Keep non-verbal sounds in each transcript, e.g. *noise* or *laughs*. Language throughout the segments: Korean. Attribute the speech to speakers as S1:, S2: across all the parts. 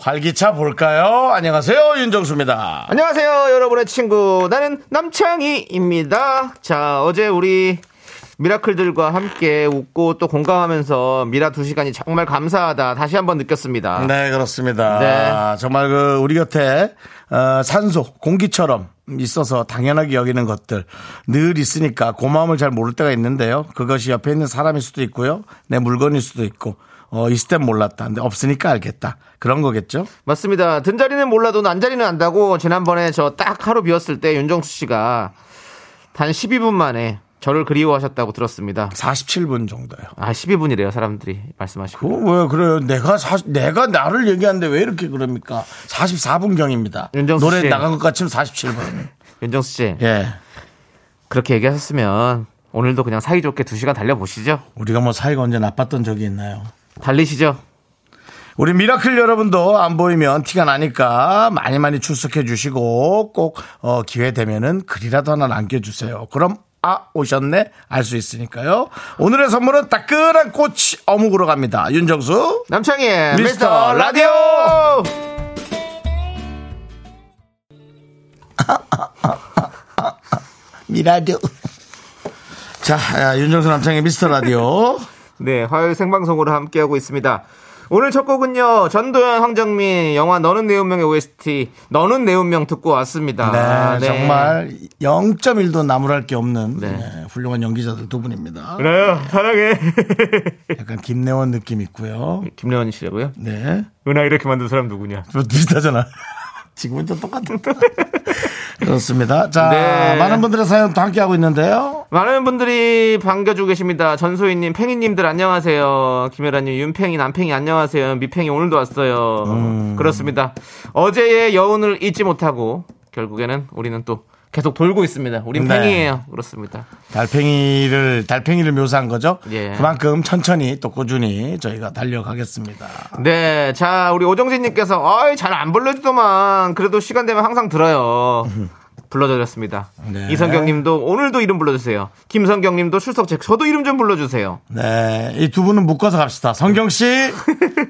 S1: 활기차 볼까요? 안녕하세요, 윤정수입니다.
S2: 안녕하세요, 여러분의 친구. 나는 남창희입니다. 자, 어제 우리 미라클들과 함께 웃고 또 공감하면서 미라 두 시간이 정말 감사하다. 다시 한번 느꼈습니다.
S1: 네, 그렇습니다.
S2: 네.
S1: 정말 그 우리 곁에 어, 산소, 공기처럼 있어서 당연하게 여기는 것들 늘 있으니까 고마움을 잘 모를 때가 있는데요. 그것이 옆에 있는 사람일 수도 있고요. 내 물건일 수도 있고. 어, 있을 땐 몰랐다. 근데 없으니까 알겠다. 그런 거겠죠?
S2: 맞습니다. 든 자리는 몰라도 난 자리는 안다고 지난번에 저 딱 하루 비웠을 때 윤정수 씨가 단 12분 만에 저를 그리워하셨다고 들었습니다.
S1: 47분 정도요.
S2: 아, 12분이래요, 사람들이 말씀하시고.
S1: 그왜 그래요? 내가 사, 내가 나를 얘기하는데 왜 이렇게 그럽니까? 44분 경입니다.
S2: 윤정수
S1: 노래
S2: 씨.
S1: 나간 것 같으면 47분.
S2: 윤정수 씨,
S1: 예.
S2: 그렇게 얘기하셨으면 오늘도 그냥 사이좋게 두 시간 달려보시죠.
S1: 우리가 뭐 사이가 언제 나빴던 적이 있나요?
S2: 달리시죠.
S1: 우리 미라클 여러분도 안 보이면 티가 나니까 많이 많이 출석해 주시고 꼭 어, 기회 되면은 글이라도 하나 남겨주세요. 그럼 아 오셨네 알 수 있으니까요. 오늘의 선물은 따끈한 꼬치 어묵으로 갑니다. 윤정수
S2: 남창희의 미스터,
S1: 미스터
S2: 라디오!
S1: 미라디오. 자 야, 윤정수 남창의 미스터 라디오.
S2: 네, 화요일 생방송으로 함께하고 있습니다. 오늘 첫 곡은요, 전도연, 황정민, 영화 너는 내 운명의 OST, 너는 내 운명 듣고 왔습니다.
S1: 네,
S2: *laughs* 아, 네.
S1: 정말 0.1도 나무랄 게 없는
S2: 네.
S1: 네, 훌륭한 연기자들 두 분입니다.
S2: 은하야, 사랑해.
S1: 약간 김내원 느낌 있고요.
S2: *laughs* 김래원 씨라고요?
S1: 네.
S2: 은하 이렇게 만든 사람 누구냐?
S1: 뭐
S2: *laughs*
S1: 비슷하잖아. 지금은 좀 똑같다. *laughs* 그렇습니다. 자,
S2: 네.
S1: 많은 분들의 사연도 함께하고 있는데요.
S2: 많은 분들이 반겨주고 계십니다. 전소희님, 팽이님들 안녕하세요. 김혜라님, 윤팽이, 남팽이 안녕하세요. 미팽이 오늘도 왔어요.
S1: 음.
S2: 그렇습니다. 어제의 여운을 잊지 못하고 결국에는 우리는 또 계속 돌고 있습니다. 우린
S1: 네.
S2: 팽이에요. 그렇습니다.
S1: 달팽이를, 달팽이를 묘사한 거죠.
S2: 예.
S1: 그만큼 천천히 또 꾸준히 저희가 달려가겠습니다.
S2: 네, 자 우리 오정진님께서 아이 잘 안 불러주더만 그래도 시간 되면
S1: *laughs*
S2: 항상 들어요. 불러드렸습니다.
S1: 네.
S2: 이성경님도 오늘도 이름 불러주세요. 김성경님도 출석 책 저도 이름 좀 불러주세요.
S1: 네. 이 두 분은 묶어서 갑시다. 성경
S2: *laughs*
S1: 씨,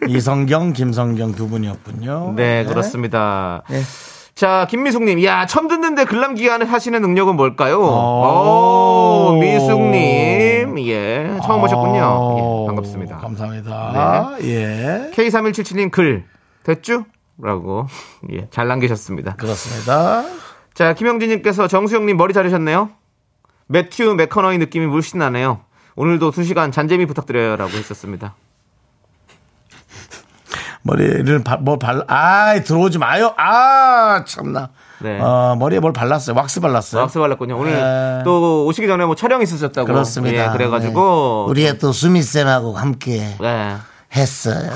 S1: 이성경, 김성경 두 분이었군요.
S2: 네, 그렇습니다.
S1: 네.
S2: 자 김미숙님, 야 처음 듣는데 글남기 안에 하시는 능력은 뭘까요?
S1: 오. 어.
S2: 오, 미숙님, 예 처음 오셨군요.
S1: 아,
S2: 예, 반갑습니다. 네.
S1: 감사합니다. 예.
S2: K3177님 글 됐죠? 라고 *laughs* 예, 잘 남기셨습니다.
S1: 그렇습니다.
S2: 자, 김영진님께서 정수영님 머리 자르셨네요. 매튜 맥커너의 느낌이 물씬 나네요. 오늘도 2시간 잔재미 부탁드려요. 라고 했었습니다.
S1: 머리를 바, 뭐 발, 아 들어오지 마요. 아 참나.
S2: 네.
S1: 어, 머리에 뭘 발랐어요. 왁스 발랐어요.
S2: 왁스 발랐군요. 오늘
S1: 네.
S2: 또 오시기 전에 뭐 촬영 있으셨다고.
S1: 그렇습니다.
S2: 예, 그래가지고.
S1: 네. 우리의 또 수미 쌤하고 함께
S2: 네.
S1: 했어요.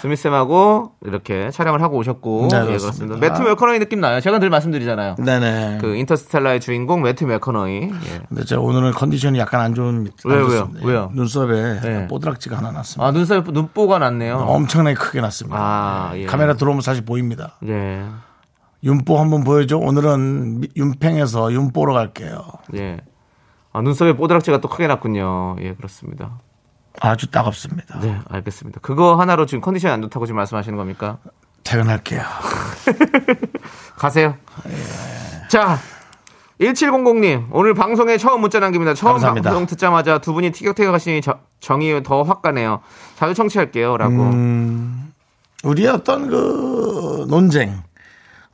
S2: 수미쌤하고 이렇게 촬영을 하고 오셨고.
S1: 네,
S2: 예,
S1: 그렇습니다. 음.
S2: 그렇습니다. 매튜 맥커너의 느낌 나요. 제가 늘 말씀드리잖아요.
S1: 네네.
S2: 그 인터스텔라의 주인공 매튜 맥커너의. 예.
S1: 근데 제가 오늘은 컨디션이 약간 안 좋은. 안
S2: 왜요,
S1: 좋습니다.
S2: 왜요? 왜요?
S1: 눈썹에
S2: 네.
S1: 뽀드락지가 하나 났습니다.
S2: 아, 눈썹, 눈보가 났네요.
S1: 엄청나게 크게 났습니다.
S2: 어. 아, 예.
S1: 카메라 들어오면 사실 보입니다.
S2: 예.
S1: 윤보 한번 보여줘. 오늘은 미- 윤팽에서 윤보로 갈게요.
S2: 예. 아, 눈썹에 뽀드락지가 또 크게 났군요. 예, 그렇습니다.
S1: 아주 따갑습니다.
S2: 네, 알겠습니다. 그거 하나로 지금 컨디션이 안 좋다고 지금 말씀하시는 겁니까?
S1: 퇴근할게요.
S2: 가세요. 자, 1700님, 오늘 방송에 처음 문자 남깁니다. 처음
S1: 감사합니다.
S2: 방송 듣자마자 두 분이 티격태격 하시니 저- 정이 더 확 가네요. 자주 청취할게요. 라고.
S1: 음. 우리의 어떤 그 논쟁,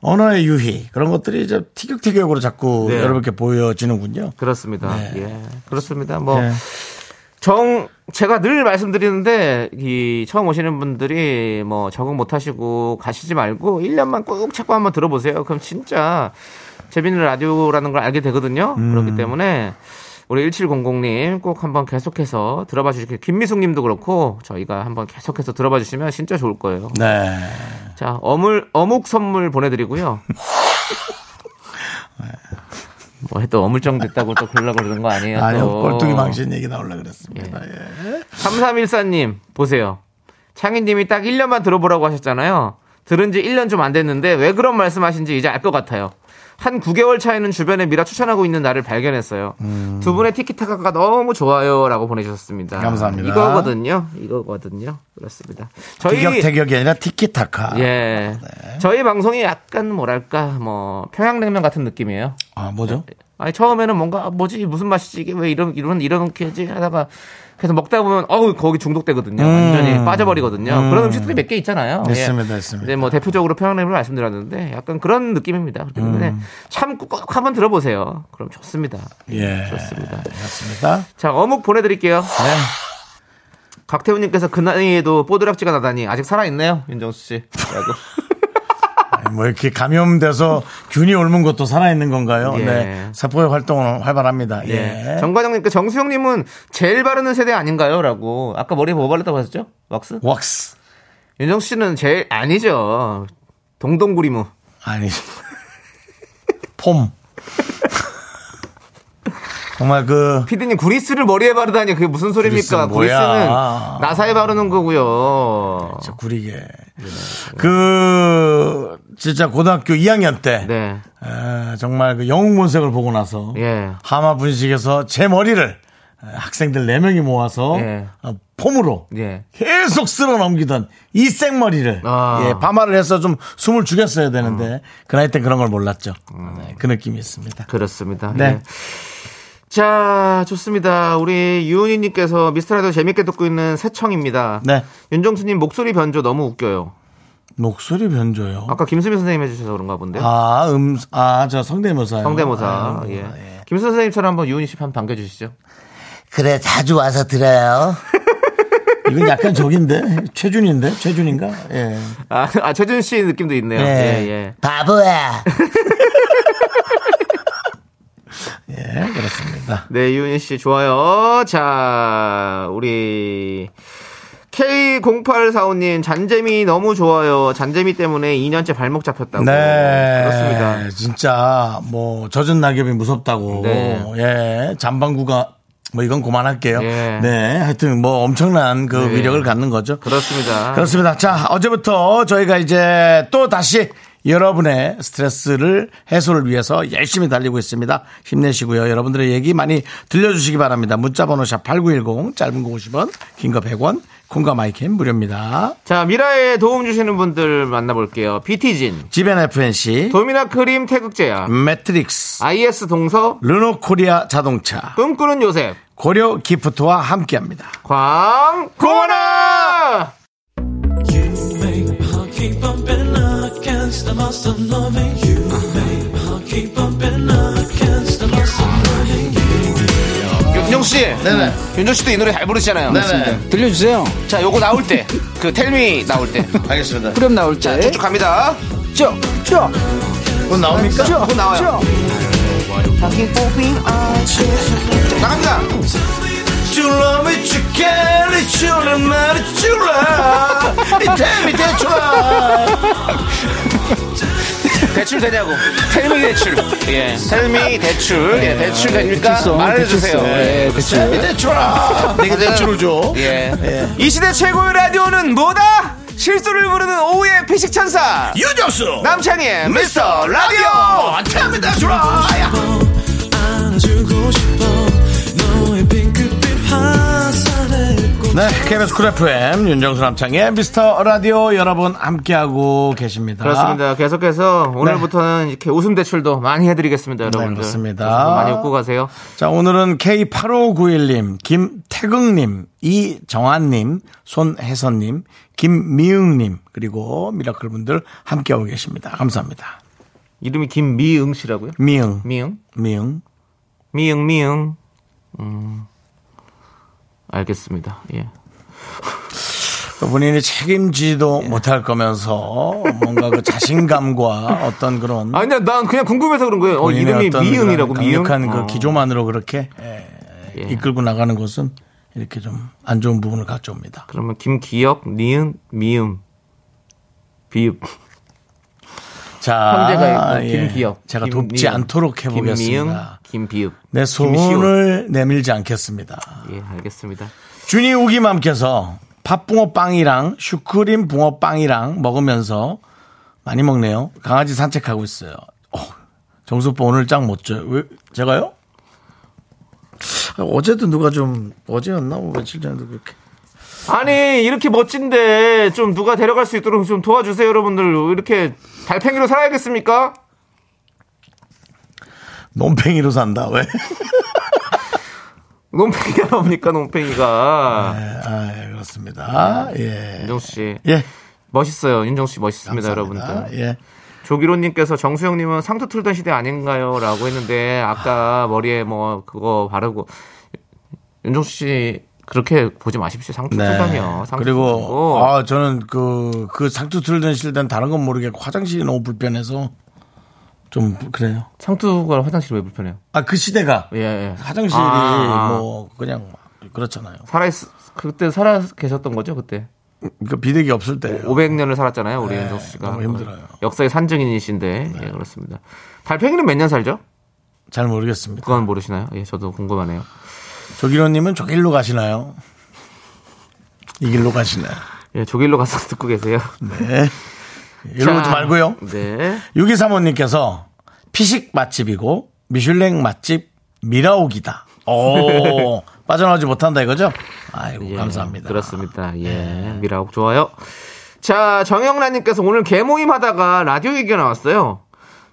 S1: 언어의 유희 그런 것들이 이제 티격태격으로 자꾸
S2: 네.
S1: 여러분께 보여지는군요.
S2: 그렇습니다.
S1: 네.
S2: 예, 그렇습니다. 뭐,
S1: 예.
S2: 정, 제가 늘 말씀드리는데, 이, 처음 오시는 분들이 뭐, 적응 못 하시고 가시지 말고, 1년만 꾹 찾고 한번
S1: 음.
S2: 들어보세요. 그럼 진짜, 재밌는 라디오라는 걸 알게 되거든요. 그렇기 때문에, 우리 1700님 꼭 한번 계속해서 들어봐 주시고 김미숙 님도 그렇고 저희가 한번 계속해서 들어봐 주시면 진짜 좋을 거예요.
S1: 네.
S2: 자, 어물 어묵 선물
S1: *laughs*
S2: 보내 드리고요.
S1: 네.
S2: 뭐 해도 어물쩡 됐다고 또 그러려 그러는 거 아니에요.
S1: 아니요,
S2: 네. 또.
S1: 꼴뚜기 망신 얘기 나오려고 그랬습니다. 예.
S2: 3314님, 보세요. 창희님이 딱 1년만 들어보라고 하셨잖아요. 들은 지 1년 좀 안 됐는데 왜 그런 말씀하신지 이제 알 것 같아요. 한 9개월 차이는 주변에 미라 추천하고 있는 나를 발견했어요. 두 분의 티키타카가 너무 좋아요. 라고 보내주셨습니다.
S1: 음. 감사합니다.
S2: 이거거든요. 이거거든요. 그렇습니다. 저희.
S1: 티격태격이 아니라 티키타카. 네.
S2: 예. 저희 방송이 약간 뭐랄까, 뭐, 평양냉면 같은 느낌이에요.
S1: 아, 뭐죠?
S2: 아니 처음에는 뭔가 아, 뭐지 무슨 맛이지 이게 왜 이런 이런 이렇게 하지 하다가 계속 먹다 보면 어우 거기 중독되거든요 완전히 빠져버리거든요 그런 음식들이 몇 개 있잖아요
S1: 음.
S2: 예.
S1: 있습니다, 있습니다.
S2: 이제 뭐 대표적으로 평양냉면 말씀드렸는데 약간 그런 느낌입니다 그렇기 때문에
S1: 음.
S2: 참고 꼭 한번 들어보세요 그럼 좋습니다
S1: 예.
S2: 네. 좋습니다
S1: 맞습니다.
S2: 자 어묵 보내드릴게요
S1: 네.
S2: 각태훈님께서 그 나이에도 뽀드락지가 나다니 아직 살아있네요 윤정수 씨 라고.
S1: 아니, 뭐 이렇게 감염돼서 균이 옮은 것도 살아있는 건가요?
S2: 예.
S1: 네. 세포의 활동은 활발합니다. *laughs* 예.
S2: 정과장님께 정수영님은 제일 바르는 세대 아닌가요? 라고 아까 머리에 뭐 바르다고 하셨죠? 왁스?
S1: 왁스.
S2: 윤정수 씨는 제일 아니죠. 동동구리무.
S1: 아니. *laughs* 폼. *laughs* 정말 그
S2: 피디님 구리스를 머리에 바르다니 그게 무슨 소리입니까?
S1: 구리스는
S2: 구리스
S1: 뭐야?
S2: 는 나사에 바르는 거고요.
S1: 저
S2: 예.
S1: 구리게. 그 진짜 고등학교 2학년 때
S2: 네.
S1: 에, 정말 그 영웅 본색을 보고 나서
S2: 예.
S1: 하마 분식에서 제 머리를 에, 학생들 4명이 모아서
S2: 예.
S1: 어, 폼으로
S2: 예.
S1: 계속 쓸어 넘기던 이 생머리를
S2: 아. 음.
S1: 예, 파마를 해서 좀 숨을 죽였어야 되는데 그 나이 때 그런 걸 몰랐죠. 네, 그 느낌이 있습니다.
S2: 그렇습니다.
S1: 네.
S2: 음. 예. 자, 좋습니다. 우리 유은희님께서 미스터라도 재밌게 듣고 있는 새청입니다.
S1: 네.
S2: 윤정수님 목소리 변조 너무 웃겨요.
S1: 목소리 변조요.
S2: 아까 김수미 선생님 해주셔서 그런가 본데요.
S1: 아, 음, 아, 저 성대모사요.
S2: 성대모사.
S1: 아,
S2: 예. 김수미 선생님처럼 한번 유은희 씨 한번 반겨주시죠.
S1: 그래 자주 와서 들어요. *laughs* 이건 약간 저긴데 최준인데 최준인가? 예.
S2: 아, 아 최준 씨 느낌도 있네요. 예, 예.
S1: 바보야. *laughs* 예, 그렇습니다.
S2: 네, 이윤희 씨 좋아요. 자, 우리 K0845님 잔재미 너무 좋아요. 잔재미 때문에 2년째 발목 잡혔다고.
S1: 네,
S2: 어, 그렇습니다.
S1: 진짜 뭐 젖은 낙엽이 무섭다고.
S2: 네.
S1: 예, 잠방구가 뭐 이건 그만할게요.
S2: 예. 네.
S1: 네, 하여튼 뭐 엄청난 그 위력을 갖는 거죠.
S2: 그렇습니다.
S1: 그렇습니다. 자, 어제부터 저희가 이제 또 다시 여러분의 스트레스를 해소를 위해서 열심히 달리고 있습니다. 힘내시고요. 여러분들의 얘기 많이 들려주시기 바랍니다. 문자번호 샵8910, 짧은 거 50원, 긴 거 100원, 콩과 마이캠 무료입니다.
S2: 자, 미라에 도움 주시는 분들 만나볼게요. 비티진,
S1: 지벤 FNC,
S2: 도미나 크림 태극제야,
S1: 매트릭스,
S2: IS 동서,
S1: 르노 코리아 자동차,
S2: 꿈꾸는 요셉,
S1: 고려 기프트와 함께 합니다.
S2: 광고나!
S3: You make my heart keep bumping against the must of loving you. Make my heart keep bumping against the must of loving you.
S2: 윤정 씨, 네네. 윤정 씨도 이 노래 잘 부르시잖아요.
S1: 네네.
S4: 들려주세요.
S2: 자, 요거 나올 때, 그 텔미 나올 때,
S1: 알겠습니다.
S4: 그럼 나올 때.
S2: 쭉쭉 갑니다.
S4: 쭉, 쭉,
S1: 곧 나옵니까?
S4: 쭉,
S2: 쭉 나와요.
S4: 쭉.
S2: 나갑니다.
S1: You love me, you care, it's your love, it's your love. It's me, that's right.
S2: 대출 되냐고. 텔미 대출. 예. 텔미 대출. 예. 대출 됩니까?
S4: 아, 대출성,
S2: 말해주세요.
S4: 대출성.
S2: 예.
S4: 예, 대출.
S1: 내 대출아. 내가 대출을 줘.
S2: 예. 이 시대 최고의 라디오는 뭐다? 실수를 부르는 오후의 피식천사.
S1: 유정수.
S2: 남창희의 미스터 라디오!
S1: 텔미 대출아.
S3: 안아주고 싶어. 너의 핑크빛 화살에 꽂혀.
S1: 네, KBS 쿨 FM 윤정수 남창의 미스터 라디오 여러분 함께하고 계십니다.
S2: 그렇습니다. 계속해서 오늘부터는 이렇게 웃음 대출도 많이 해드리겠습니다, 여러분들.
S1: 네. 그렇습니다.
S2: 그래서 많이 웃고 가세요.
S1: 자, 오늘은 K8591님, 김태극님, 이정한님, 손혜선님, 김미응님, 그리고 미라클 분들 함께하고 계십니다. 감사합니다.
S2: 이름이 김미응 씨라고요?
S1: 미응.
S2: 미응?
S1: 미응.
S2: 미응, 미응. 음. 알겠습니다. 예.
S1: 또 본인이 책임지도
S2: 예.
S1: 못할 거면서 뭔가 그 자신감과 어떤 그런
S2: 아, 아니야, 난 그냥 궁금해서 그런 거예요. 어,
S1: 본인의
S2: 이름이
S1: 어떤
S2: 미응이라고
S1: 그런
S2: 미응.
S1: 강력한 그
S2: 어.
S1: 기조만으로 그렇게 예,
S2: 예.
S1: 이끌고 나가는 것은 이렇게 좀 안 좋은 부분을 가져옵니다.
S2: 그러면 김기역, 니은, 미음, 비읍.
S1: 자,
S2: 현재가 있고
S1: 예.
S2: 김기역.
S1: 제가
S2: 김미음,
S1: 돕지 않도록
S2: 김미음,
S1: 해보겠습니다. 네.
S2: 김비읍.
S1: 내
S2: 김시옷.
S1: 손을 내밀지 않겠습니다.
S2: 예, 알겠습니다.
S1: 준이 우기맘께서 팥붕어 빵이랑 슈크림 붕어 빵이랑 먹으면서 많이 먹네요. 강아지 산책하고 있어요. 어, 정수빠 오늘 짱 못 져요. 왜, 제가요? 아, 어제도 누가 좀, 어제였나? 뭐 며칠 전에도 그렇게.
S2: 아니 이렇게 멋진데 좀 누가 데려갈 수 있도록 좀 도와주세요 여러분들 이렇게 달팽이로 살아야겠습니까?
S1: 논팽이로 산다, 왜? *laughs*
S2: 논팽이가 나옵니까 논팽이가
S1: 아, 예, 그렇습니다. 예.
S2: 윤정수 씨
S1: 예.
S2: 멋있어요 윤정수 씨 멋있습니다
S1: 감사합니다.
S2: 여러분들
S1: 예.
S2: 조기로님께서 정수영님은 상투 틀던 시대 아닌가요?라고 했는데 아까 머리에 뭐 그거 바르고 윤정수 씨 그렇게 보지 마십시오 상투 틀다니요
S1: 네.
S2: 상투
S1: 그리고
S2: 틀고.
S1: 아 저는 그, 그 상투 틀든 실든 다른 건 모르겠고 화장실이 너무 불편해서 좀 그래요.
S2: 상투가 화장실 왜 불편해요?
S1: 아 그 시대가
S2: 예, 예.
S1: 화장실이
S2: 아, 아.
S1: 뭐 그냥 그렇잖아요.
S2: 살아 있 그때 살아 계셨던 거죠 그때?
S1: 그러니까 비대기 없을 때
S2: 500년을 살았잖아요, 우리
S1: 네,
S2: 윤정수 씨가.
S1: 너무 힘들어요. 네.
S2: 역사의 산증인이신데, 예, 그렇습니다. 달팽이는 몇 년 살죠?
S1: 잘 모르겠습니다.
S2: 그건 모르시나요? 예, 저도 궁금하네요.
S1: 조기로님은 저 길로 가시나요? 이 길로 가시나요?
S2: 예, 조길로 가서 *laughs* 듣고 계세요.
S1: 이러지
S2: 자.
S1: 말고요.
S2: 네.
S1: 6235님께서 피식 맛집이고 미슐랭 맛집 미라옥이다. 오 *laughs* 빠져나오지 못한다 이거죠? 아이고
S2: 예,
S1: 감사합니다. 네.
S2: 그렇습니다. 예, 미라옥 좋아요. 자, 정영란님께서 오늘 개모임 하다가 라디오 얘기가 나왔어요.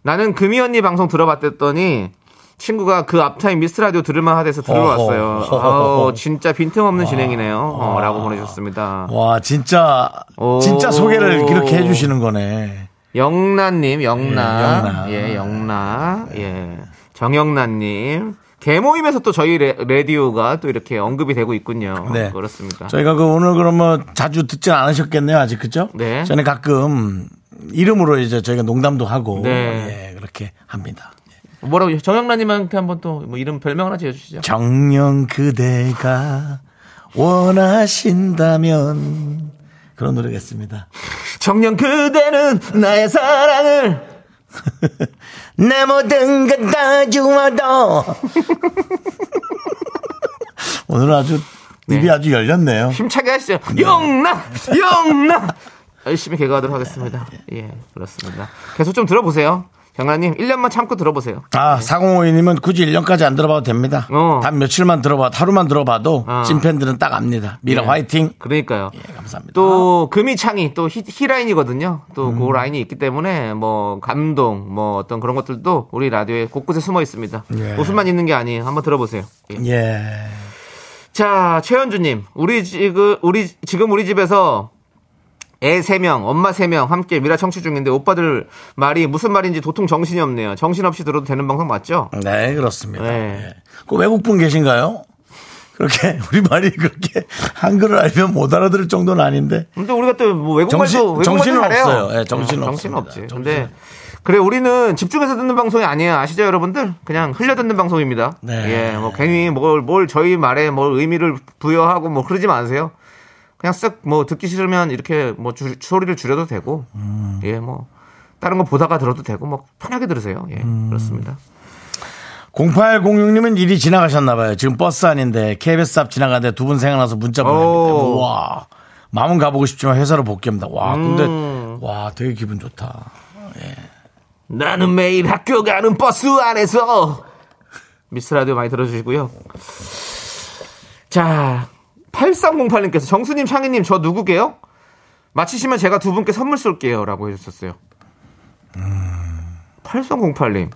S2: 나는 금이 언니 방송 들어봤댔더니 친구가 그 앞타임 미스 라디오 들을만 하대서 들어왔어요.
S1: 어허.
S2: 아우, 진짜 빈틈없는 진행이네요. 어, 라고 보내주셨습니다.
S1: 와 진짜
S2: 오.
S1: 진짜 소개를 이렇게 해주시는 거네.
S2: 영란님, 영라.
S1: 영라.
S2: 예, 영라. 예. 정영란님. 개모임에서 또 저희 레, 라디오가 또 이렇게 언급이 되고 있군요.
S1: 네.
S2: 어, 그렇습니다.
S1: 저희가 그 오늘 그러면 자주 듣진 않으셨겠네요 아직 그죠?
S2: 네.
S1: 전에 가끔 이름으로 이제 저희가 농담도 하고
S2: 네.
S1: 예, 그렇게 합니다.
S2: 뭐라고, 정영란님한테 한번 또 뭐 이름 별명 하나 지어주시죠.
S1: 정녕 그대가 원하신다면 그런 노래겠습니다.
S2: 정령 그대는 나의 사랑을.
S1: 내 모든 것다 주워도 *laughs* 오늘 아주 입이 아주 열렸네요.
S2: 힘차게 하시죠. 영란! 영란! 열심히 개그하도록 하겠습니다. 예, 그렇습니다. 계속 좀 들어보세요. 정란님, 1년만 참고 들어보세요.
S1: 아, 4052님은 굳이 1년까지 안 들어봐도 됩니다.
S2: 어.
S1: 단 며칠만 들어봐, 하루만 들어봐도
S2: 아.
S1: 찐팬들은 딱 압니다. 미라
S2: 예.
S1: 화이팅!
S2: 그러니까요.
S1: 예, 감사합니다.
S2: 또 금이창이 또 히, 히라인이거든요. 또 그 라인이 있기 때문에 뭐 감동, 뭐 어떤 그런 것들도 우리 라디오에 곳곳에 숨어 있습니다.
S1: 예.
S2: 웃음만 있는 게 아니에요. 한번 들어보세요. 예.
S1: 예.
S2: 자, 최현주님, 우리 지금 우리 지금 우리 집에서 애 세명 엄마 세 명 함께 미라 청취 중인데 오빠들 말이 무슨 말인지 도통 정신이 없네요. 정신없이 들어도 되는 방송 맞죠?
S1: 네, 그렇습니다.
S2: 네.
S1: 예. 그 외국분 계신가요? 그렇게, *laughs* 우리말이 그렇게 한글을 알면 못 알아들을 정도는 아닌데.
S2: 근데 우리가 또 뭐 외국
S1: 정신-
S2: 말도 외국
S1: 정신은
S2: 말도 잘해요.
S1: 없어요. 예, 정신은
S2: 어,
S1: 없습니다.
S2: 없지.
S1: 정신은
S2: 근데 그래 우리는 집중해서 듣는 방송이 아니에요. 아시죠, 여러분들? 그냥 흘려 듣는 방송입니다.
S1: 네.
S2: 예, 뭐 괜히 뭘, 뭘 저희 말에 뭘 의미를 부여하고 뭐 그러지 마세요. 그냥 쓱 뭐 듣기 싫으면 이렇게 뭐 줄- 소리를 줄여도 되고,
S1: 음.
S2: 예, 뭐 다른 거 보다가 들어도 되고, 뭐 편하게 들으세요. 예,
S1: 음.
S2: 그렇습니다.
S1: 0806님은 일이 지나가셨나봐요. 지금 버스 아닌데, KBS 앞 지나가는데 두 분 생각나서
S2: 어.
S1: 문자 보냈는데,
S2: 오.
S1: 와. 마음은 가보고 싶지만 회사로 복귀합니다. 와, 근데,
S2: 음.
S1: 와, 되게 기분 좋다.
S2: 나는 매일 학교 가는 버스 안에서 미스 라디오 많이 들어주시고요. 자, 8308님께서 정수님, 창희님, 저 누구게요? 마치시면 제가 두 분께 선물 쏠게요. 라고 해주셨어요. 음. 8308님.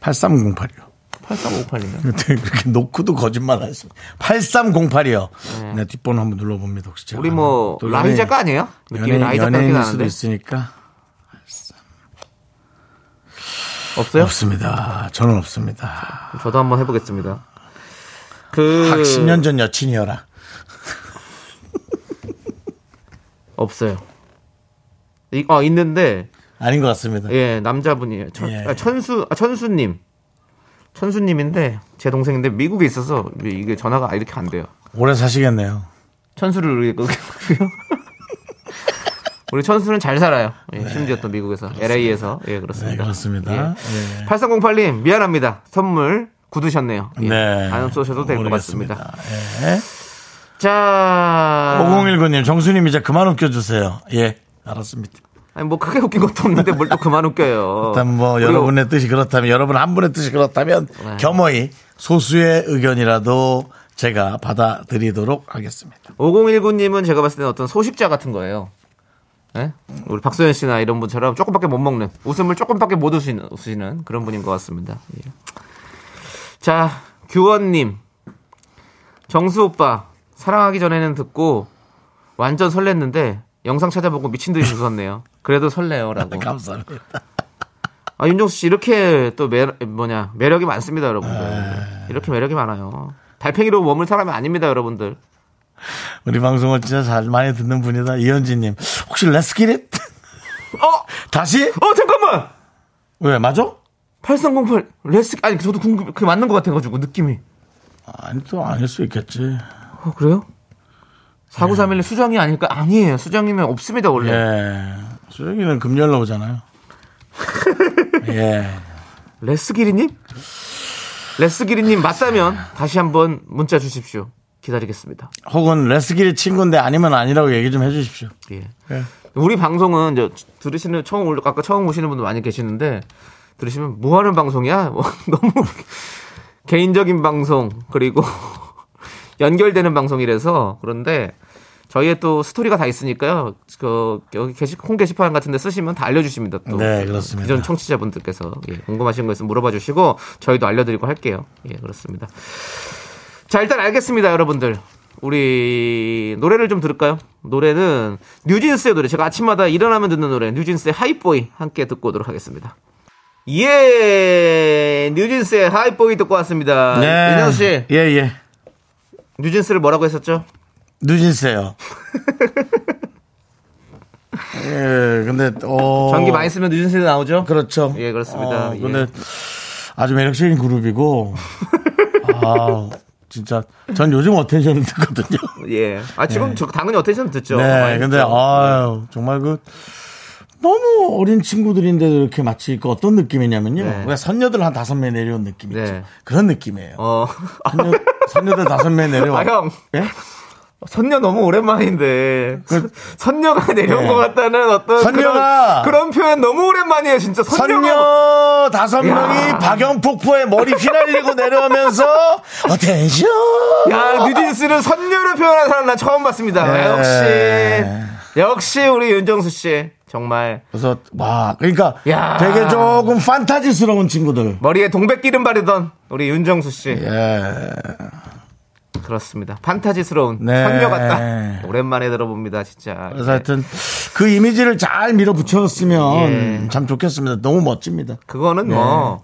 S1: 8308이요. *laughs*
S2: 8308님.
S1: 어떻게 그렇게 놓고도 거짓말 하시 8308이요. 네. 뒷번호 한번 눌러봅니다. 혹시 제가.
S2: 음. 우리 뭐,
S1: 또 연예인,
S2: 라이자가 아니에요? 느낌이
S1: 연예인,
S2: 라이자 같긴
S1: 연예인일 수도
S2: 하는데.
S1: 있으니까.
S2: 없어요?
S1: 없습니다. 저는 없습니다.
S2: 저도 한번 해보겠습니다. 그.
S1: 딱 10년 전 여친이어라.
S2: 없어요. 이, 어, 있는데,
S1: 아닌 것 같습니다.
S2: 예, 남자분이에요. 천,
S1: 예.
S2: 아, 천수, 아, 천수님. 천수님인데 제 동생인데 미국에 있어서 이게 전화가 이렇게 안 돼요.
S1: 오래 사시겠네요.
S2: 천수를 우리 끊고요. *laughs* 우리 천수는 잘 살아요. 예, 심지어 또 미국에서 LA에서 예 그렇습니다.
S1: 네, 그렇습니다.
S2: 예. 8308님 미안합니다. 선물 굳으셨네요. 예.
S1: 네.
S2: 안 쏘셔도 될 것
S1: 모르겠습니다.
S2: 같습니다.
S1: 예.
S2: 자,
S1: 5019님, 정수님 이제 그만 웃겨주세요. 예, 알았습니다.
S2: 아니, 뭐 크게 웃긴 것도 없는데 뭘 또 그만 웃겨요.
S1: 일단 뭐
S2: 어, 그리고
S1: 여러분의 뜻이 그렇다면, 여러분 한 분의 뜻이 그렇다면
S2: 네.
S1: 겸허히 소수의 의견이라도 제가 받아드리도록 하겠습니다.
S2: 5019님은 제가 봤을 때는 어떤 소식자 같은 거예요. 예? 우리 박소연 씨나 이런 분처럼 조금밖에 못 먹는 웃음을 조금밖에 못 웃으시는, 웃으시는 그런 분인 것 같습니다. 예. 자, 규원님, 정수 오빠 사랑하기 전에는 듣고 완전 설렜는데 영상 찾아보고 미친 듯이 웃었네요. 그래도 설레요라고.
S1: 감사합니다.
S2: 아, 윤종수 씨 이렇게 또 매, 뭐냐 매력이 많습니다, 여러분들. 이렇게 매력이 많아요. 달팽이로 머물 사람이 아닙니다, 여러분들.
S1: 우리 방송을 진짜 잘 많이 듣는 분이다. 이현진님, 혹시 레스키릿? *laughs*
S2: 어, 어
S1: 다시?
S2: 잠깐만.
S1: 왜, 맞아?
S2: 8308 레스 아니 저도 궁금 그게 맞는 것 같아가지고 느낌이.
S1: 아니, 또 아닐 수 있겠지.
S2: 어 그래요? 네. 4931 수정이 아닐까? 아니에요. 수정이면 없습니다 원래.
S1: 예. 수정이는 금요일로
S2: *laughs*
S1: 오잖아요. 예.
S2: 레스기리님? 레스기리님 맞다면 다시 한번 문자 주십시오. 기다리겠습니다.
S1: 혹은 레스길이 친구인데 아니면 아니라고 얘기 좀 해주십시오.
S2: 예.
S1: 예.
S2: 우리 방송은 이제 들으시는 처음 올 아까 처음 오시는 분들 많이 계시는데 들으시면 뭐 하는 방송이야? 뭐 *laughs* 너무 개인적인 방송 그리고 *laughs* 연결되는 방송이라서 그런데 저희의 또 스토리가 다 있으니까요. 그 여기 게시 홈 게시판 같은데 쓰시면 다 알려주십니다. 또
S1: 네, 그렇습니다.
S2: 기존 청취자분들께서 예, 궁금하신 거 있으면 물어봐 주시고 저희도 알려드리고 할게요. 예, 그렇습니다. 자, 일단 알겠습니다, 여러분들. 우리 노래를 좀 들을까요? 노래는 뉴진스의 노래. 제가 아침마다 일어나면 듣는 노래. 뉴진스의 하이보이 함께 듣고 오도록 하겠습니다. 예, 뉴진스의 하이보이 듣고 왔습니다.
S1: 네.
S2: 윤영 아, 씨,
S1: 예, 예.
S2: 뉴진스를 뭐라고 했었죠? *laughs*
S1: 누진세요. 예, 근데, 어.
S2: 전기 많이 쓰면 뉴진스 나오죠?
S1: 그렇죠.
S2: 예, 그렇습니다.
S1: 어,
S2: 예.
S1: 근데 아주 매력적인 그룹이고.
S2: *laughs*
S1: 아, 진짜. 전 요즘 어텐션을
S2: *laughs*
S1: 듣거든요.
S2: 예. 아 지금 저 당연히 어텐션 듣죠.
S1: 네,
S2: 많이
S1: 근데
S2: 듣죠.
S1: 아유 정말 그 너무 어린 친구들인데 도 이렇게 마치 그 어떤 느낌이냐면요.
S2: 네.
S1: 우리가 선녀들 한 다섯 명 내려온 느낌 있죠.
S2: 네.
S1: 그런 느낌이에요.
S2: 어.
S1: 선녀, 선녀들 다섯 명 내려와.
S2: *laughs* 아, 형.
S1: 예?
S2: 선녀 너무 오랜만인데 선- 선녀가
S1: 그
S2: 내려온
S1: 네.
S2: 것 같다는 어떤
S1: 선녀가-
S2: 그런, 그런 표현 너무 오랜만이에요 진짜 선녀가
S1: 선녀 다섯
S2: 야.
S1: 명이 박영폭포에 머리 휘날리고
S2: *laughs*
S1: 내려오면서 어텐션.
S2: 야 뉴진스를 선녀로 표현한 사람 나 처음 봤습니다
S1: 네.
S2: 역시 역시 우리 윤정수 씨 정말
S1: 그래서 와 그러니까
S2: 야.
S1: 되게 조금 판타지스러운 친구들.
S2: 머리에 동백기름 바르던 우리 윤정수 씨
S1: 예.
S2: 그렇습니다 판타지스러운
S1: 네.
S2: 선녀 같다 오랜만에 들어봅니다 진짜
S1: 그래서 하여튼 그 이미지를 잘 밀어붙였으면
S2: 예.
S1: 참 좋겠습니다. 너무 멋집니다.
S2: 그거는 뭐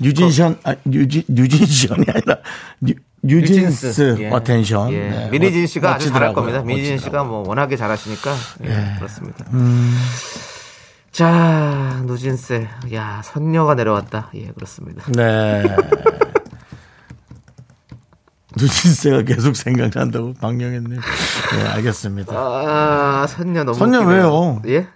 S1: 뉴진션, 아, 뉴진, 뉴진션이 아니라 뉴, 뉴진스
S2: 예.
S1: 어텐션.
S2: 예.
S1: 네,
S2: 민희진
S1: 멋-
S2: 씨가 아주 잘할
S1: 멋지더라고요.
S2: 겁니다. 민희진
S1: 멋지더라고요. 음.
S2: 씨가 뭐 워낙에 잘하시니까 예, 그렇습니다. 자 노진세, 야 선녀가 내려왔다. 예 그렇습니다.
S1: 네. *laughs* 뉴진스가 계속 생각난다고 방영했네요. 네, 알겠습니다.
S2: 아 선녀 너무
S1: 선녀
S2: 웃기네요.
S1: 왜요?
S2: 예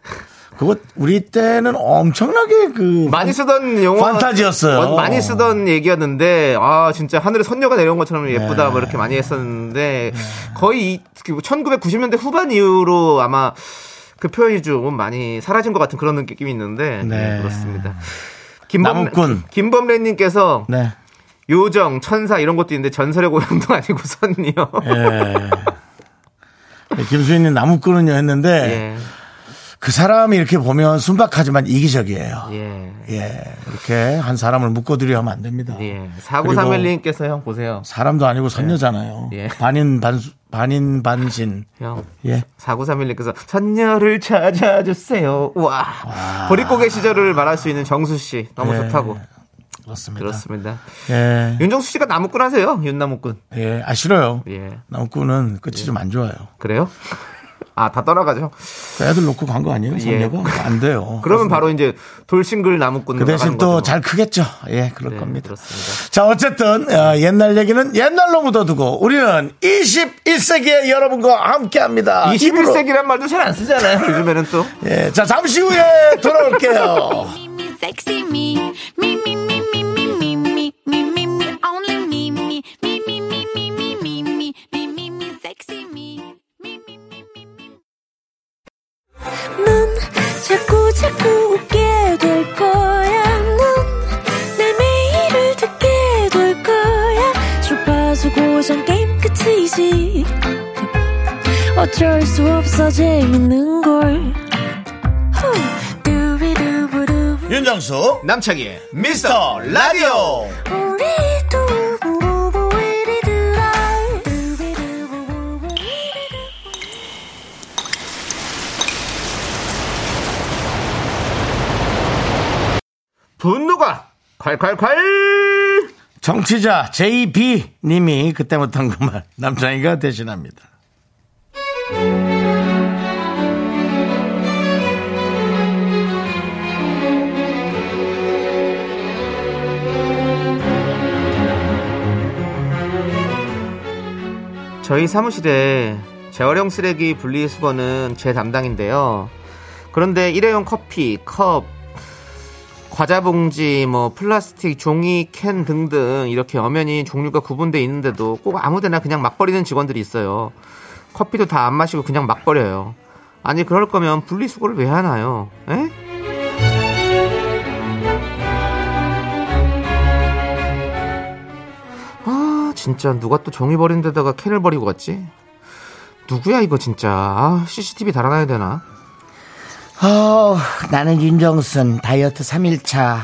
S1: 그거 우리 때는 엄청나게 그
S2: 많이 쓰던 용어
S1: 판타지였어요.
S2: 원- 많이 쓰던 얘기였는데 아 진짜 하늘에 선녀가 내려온 것처럼 예쁘다 뭐
S1: 네.
S2: 이렇게 많이 했었는데 거의 이- 그 1990년대 후반 이후로 아마 그 표현이 좀 많이 사라진 것 같은 그런 느낌이 있는데
S1: 네.
S2: 네, 그렇습니다. 김범-
S1: 나무꾼.
S2: 김범래님께서
S1: 네.
S2: 요정 천사 이런 것도 있는데 전설의 고향도 *laughs* 아니고 선녀.
S1: 예. 네, 김수인님 나무 끄는요 했는데
S2: 예.
S1: 그 사람이 이렇게 보면 순박하지만 이기적이에요.
S2: 예.
S1: 예, 이렇게 한 사람을 묶어드려 하면 안 됩니다.
S2: 예. 4931님께서 형 보세요.
S1: 사람도 아니고 선녀잖아요.
S2: 예.
S1: 반인 반 반인 반신.
S2: 형.
S1: 예.
S2: 4931님께서 선녀를 찾아주세요. 우와. 보릿고개 시절을 말할 수 있는 정수 씨 너무
S1: 예.
S2: 좋다고.
S1: 그렇습니다.
S2: 그렇습니다.
S1: 예.
S2: 윤정수 씨가 나무꾼 하세요. 윤나무꾼.
S1: 예. 아 싫어요.
S2: 예.
S1: 나무꾼은 끝이 좀 안 좋아요.
S2: 그래요? *laughs* 아, 다 떠나가죠.
S1: 그 애들 놓고 간 거 아니에요?
S2: 예.
S1: 선녀가? 안 *laughs* 돼요.
S2: 그러면 바로 이제 돌싱글 나무꾼
S1: 그 대신 또 잘 크겠죠. 예, 그럴 겁니다.
S2: 네, 그렇습니다.
S1: 자, 어쨌든 어, 옛날 얘기는 옛날로 묻어두고 우리는 21세기의 여러분과 함께합니다.
S2: 21세기란 말도 잘 안 쓰잖아요. 요즘에는 또
S1: 예, 자 잠시 후에 돌아올게요.
S4: Me, me, sexy me. Me, me, me, me, me, me, me, me, me, me, only me, me. Me, me, me, me, me, me, me, me, me, me, sexy me. Me, me, me, me, me.
S5: 넌 자꾸 자꾸 웃게 될 거야. 넌내 매일을 듣게 될 거야. 주파수 고정 게임 끝이지. 어쩔 수 없어 재밌는 걸. 후.
S1: *laughs*
S5: 두비두부두부.
S1: 윤정수
S2: 남창희의
S1: 미스터 라디오.
S5: 우리 두부부부 우리 두라. 두비두부부부 우리 두라.
S2: 분노가 콸콸콸
S1: 정치자 JB 님이 그때 못한 그 말 남창이가 대신합니다.
S2: 저희 사무실에 재활용 쓰레기 분리수거는 제 담당인데요. 그런데 일회용 커피, 컵, 과자 봉지, 뭐 플라스틱, 종이, 캔 등등 이렇게 엄연히 종류가 구분돼 있는데도 꼭 아무데나 그냥 막 버리는 직원들이 있어요. 커피도 다 안 마시고 그냥 막 버려요. 아니 그럴 거면 분리수거를 왜 하나요? 에? 아 진짜 누가 또 종이 버린 데다가 캔을 버리고 갔지? 누구야 이거 진짜 아, CCTV 달아놔야 되나?
S1: 어, 나는 윤정순 다이어트 3일차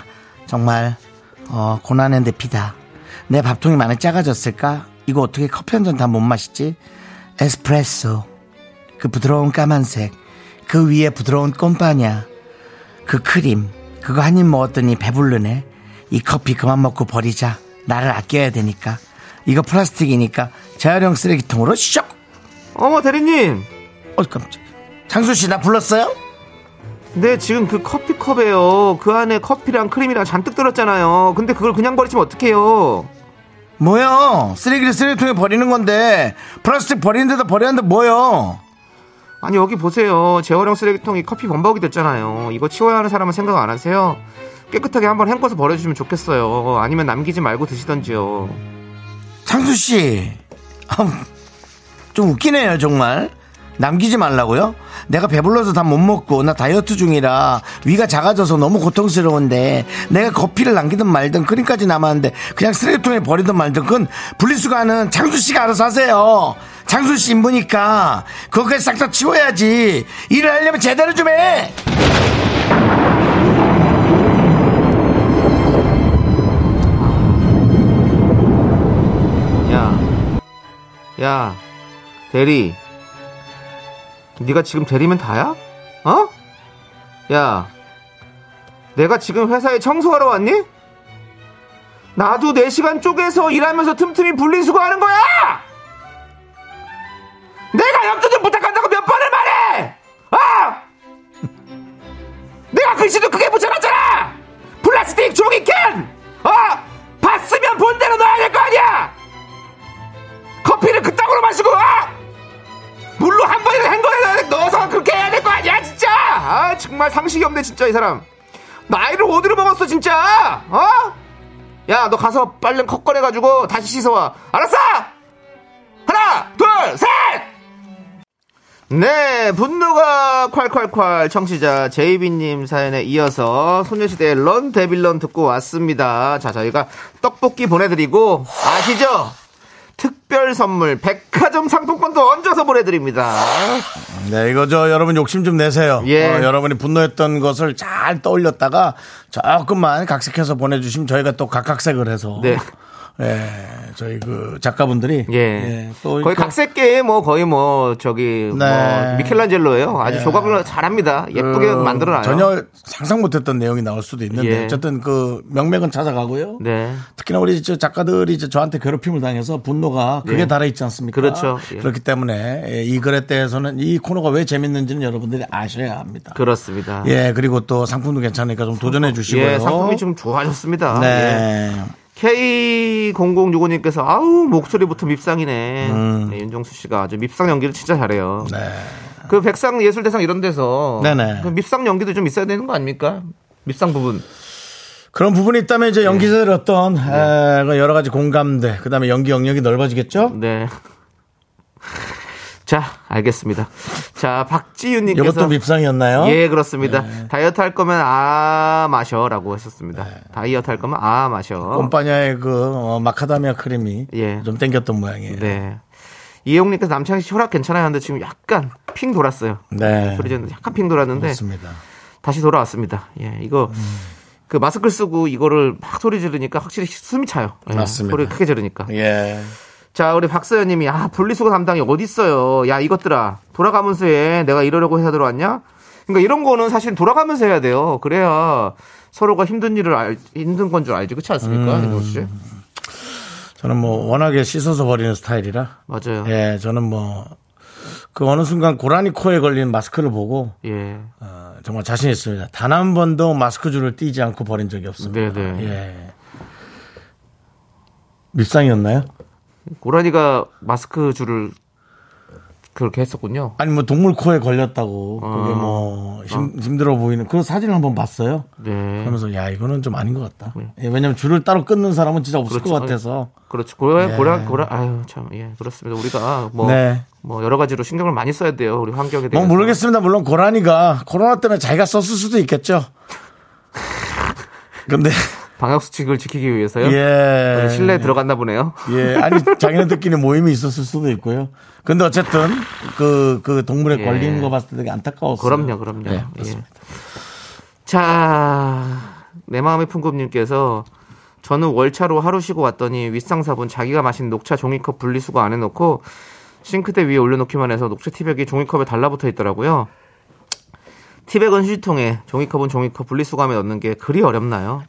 S1: 정말 어, 고난의 늪이다. 내 밥통이 많이 작아졌을까? 이거 어떻게 커피 한 잔 다 못 마시지? 에스프레소 그 부드러운 까만색 그 위에 부드러운 꼼파냐 그 크림 그거 한 입 먹었더니 배부르네 이 커피 그만 먹고 버리자 나를 아껴야 되니까 이거 플라스틱이니까 재활용 쓰레기통으로 쇽
S2: 어머 대리님
S1: 어 깜짝 장수 씨 나 불렀어요?
S2: 네, 지금 그 커피컵에요. 그 안에 커피랑 크림이랑 잔뜩 들었잖아요. 근데 그걸 그냥 버리시면 어떡해요?
S1: 뭐요? 쓰레기를 쓰레기통에 버리는 건데 플라스틱 버리는 데다 버려야 하는데 뭐요?
S2: 아니, 여기 보세요. 재활용 쓰레기통이 커피 범벅이 됐잖아요. 이거 치워야 하는 사람은 생각 안 하세요? 깨끗하게 한번 헹궈서 버려주시면 좋겠어요. 아니면 남기지 말고 드시던지요.
S1: 창수 씨, 아우, 좀 웃기네요 정말. 남기지 말라고요? 내가 배불러서 다 못 먹고 나 다이어트 중이라 위가 작아져서 너무 고통스러운데 내가 커피를 남기든 말든 크림까지 남았는데 그냥 쓰레기통에 버리든 말든 그건 분리수거하는 창수 씨가 알아서 하세요. 창수 씨 인부니까 그것까지 싹 다 치워야지. 일을 하려면 제대로 좀 해.
S2: 야, 야, 대리. 네가 지금 대리면 다야? 어? 야, 내가 지금 회사에 청소하러 왔니? 나도 내 시간 쪼개서 일하면서 틈틈이 분리수거하는 거야! 내가 염두 좀 부탁한다고 몇 번을 말해! 아! *laughs* 내가 글씨도 크게 붙여놨잖아! 플라스틱 종이 캔! 어? 봤으면 본대로 넣어야 될 거 아니야! 커피를 그따구로 마시고 아! 물로 한 번이라도 헹궈야 돼 넣어서 그렇게 해야 될 거 아니야 진짜 아 정말 상식이 없네 진짜 이 사람 나이를 어디로 먹었어 진짜 어? 야 너 가서 빨른 컵 꺼내가지고 다시 씻어와 알았어 하나 둘 셋 네 분노가 콸콸콸 청취자 제이비님 사연에 이어서 소녀시대의 런 데빌런 듣고 왔습니다 자 저희가 떡볶이 보내드리고 아시죠 특별 선물 백화점 상품권도 얹어서 보내드립니다.
S1: 네, 이거 저 여러분 욕심 좀 내세요.
S2: 예.
S1: 어, 여러분이 분노했던 것을 잘 떠올렸다가 조금만 각색해서 보내주시면 저희가 또 각각색을 해서
S2: 네.
S1: 예, 저희 그 작가분들이
S2: 예.
S1: 또 이렇게
S2: 거의 각색계의 뭐 거의 뭐
S1: 네.
S2: 저기 뭐 미켈란젤로예요. 아주 조각을 잘합니다. 예쁘게
S1: 그
S2: 만들어놔요.
S1: 전혀 상상 못했던 내용이 나올 수도 있는데
S2: 예.
S1: 어쨌든 그 명맥은 찾아가고요.
S2: 네.
S1: 특히나 우리 저 작가들이 이제 저한테 괴롭힘을 당해서 분노가 그게
S2: 예.
S1: 달아있지 않습니까?
S2: 그렇죠. 예.
S1: 그렇기 때문에 예, 이 글에 대해서는 이 코너가 왜 재밌는지는 여러분들이 아셔야 합니다.
S2: 그렇죠. 그렇습니다.
S1: 예, 그리고 또 상품도 괜찮으니까 좀 도전해 주시고요.
S2: 예, 상품이 지금 좋아졌습니다. 예.
S1: 네.
S2: K0065님께서 아우 목소리부터 밉상이네. 네, 윤정수 씨가 아주 밉상 연기를 진짜 잘해요.
S1: 음. 네.
S2: 그 백상 예술대상 이런 데서
S1: 네네.
S2: 그 밉상 연기도 좀 있어야 되는 거 아닙니까? 밉상 부분.
S1: 그런 부분이 있다면
S2: 예.
S1: 이제 연기자들 어떤 에, 그 여러 가지 공감대, 그다음에 연기 영역이 넓어지겠죠?
S2: 네. *laughs* 자, 알겠습니다. 자, 박지윤님께서
S1: 이것도 밉상이었나요? 네.
S2: 예, 그렇습니다. 다이어트 할 거면 아 마셔라고 했었습니다. 다이어트 할 거면 아 마셔.
S1: 꼼빠냐의 그 어, 마카다미아 크림이
S2: 예.
S1: 좀 땡겼던 모양이에요.
S2: 네. 이혜웅님께서 남창희 씨 혈압 괜찮아요 하는데 지금 약간 핑 돌았어요.
S1: 네.
S2: 소리 지르는데 약간 핑 돌았는데
S1: 그렇습니다.
S2: 다시 돌아왔습니다. 예, 이거
S1: 음.
S2: 그 마스크를 쓰고 이거를 막 소리 지르니까 확실히 숨이 차요. 예,
S1: 맞습니다.
S2: 소리 크게 지르니까.
S1: 예.
S2: 자, 우리 박서연님이 아 분리수거 담당이 어디 있어요? 야 이것들아 돌아가면서 해. 내가 이러려고 회사 들어왔냐? 그러니까 이런 거는 사실 돌아가면서 해야 돼요. 그래야 서로가 힘든 일을 알, 힘든 건 줄 알지 그렇지 않습니까, 음. 씨?
S1: 저는 뭐 워낙에 씻어서 버리는 스타일이라
S2: 맞아요. 예.
S1: 예, 저는 뭐 그 어느 순간 고라니 코에 걸린 마스크를 보고
S2: 예.
S1: 어, 정말 자신 있습니다. 단 한 번도 마스크 줄을 띄지 않고 버린 적이 없습니다.
S2: 네네.
S1: 예. 밉상이었나요? 예.
S2: 고라니가 마스크 줄을 그렇게 했었군요.
S1: 아니 뭐 동물 코에 걸렸다고
S2: 어.
S1: 그게 뭐 힘, 힘들어 보이는 그 사진을 한번 봤어요.
S2: 네.
S1: 그러면서 야 이거는 좀 아닌 것 같다. 예, 왜냐면 줄을 따로 끊는 사람은 진짜 없을
S2: 그렇죠.
S1: 것 같아서.
S2: 그렇죠. 고라,
S1: 예.
S2: 고라, 고라, 아유, 참, 예, 그렇습니다. 우리가 뭐,
S1: 네.
S2: 뭐, 여러 가지로 신경을 많이 써야 돼요. 우리 환경에 대해서.
S1: 뭐 모르겠습니다. 물론 고라니가 코로나 때문에 자기가 썼을 수도
S2: *laughs*
S1: 있겠죠. 근데
S2: 방역수칙을 지키기 위해서요.
S1: 예
S2: 오늘 실내에 들어갔나 보네요.
S1: 예 아니 자기네들끼리 모임이 있었을 수도 있고요. 근데 어쨌든 그, 그 동물에
S2: 예.
S1: 걸리는 거 봤을 때 되게 안타까웠어요.
S2: 그럼요, 그럼요.
S1: 예,
S2: 예.
S1: 그렇습니다.
S2: 자, 내 마음의 풍급님께서 저는 월차로 하루 쉬고 왔더니 윗상사분 자기가 마신 녹차 종이컵 분리수거 안 해놓고 싱크대 위에 올려놓기만 해서 녹차 티백이 종이컵에 달라붙어 있더라고요. 티백은 휴지통에 종이컵은 종이컵 분리수거함에 넣는 게 그리 어렵나요?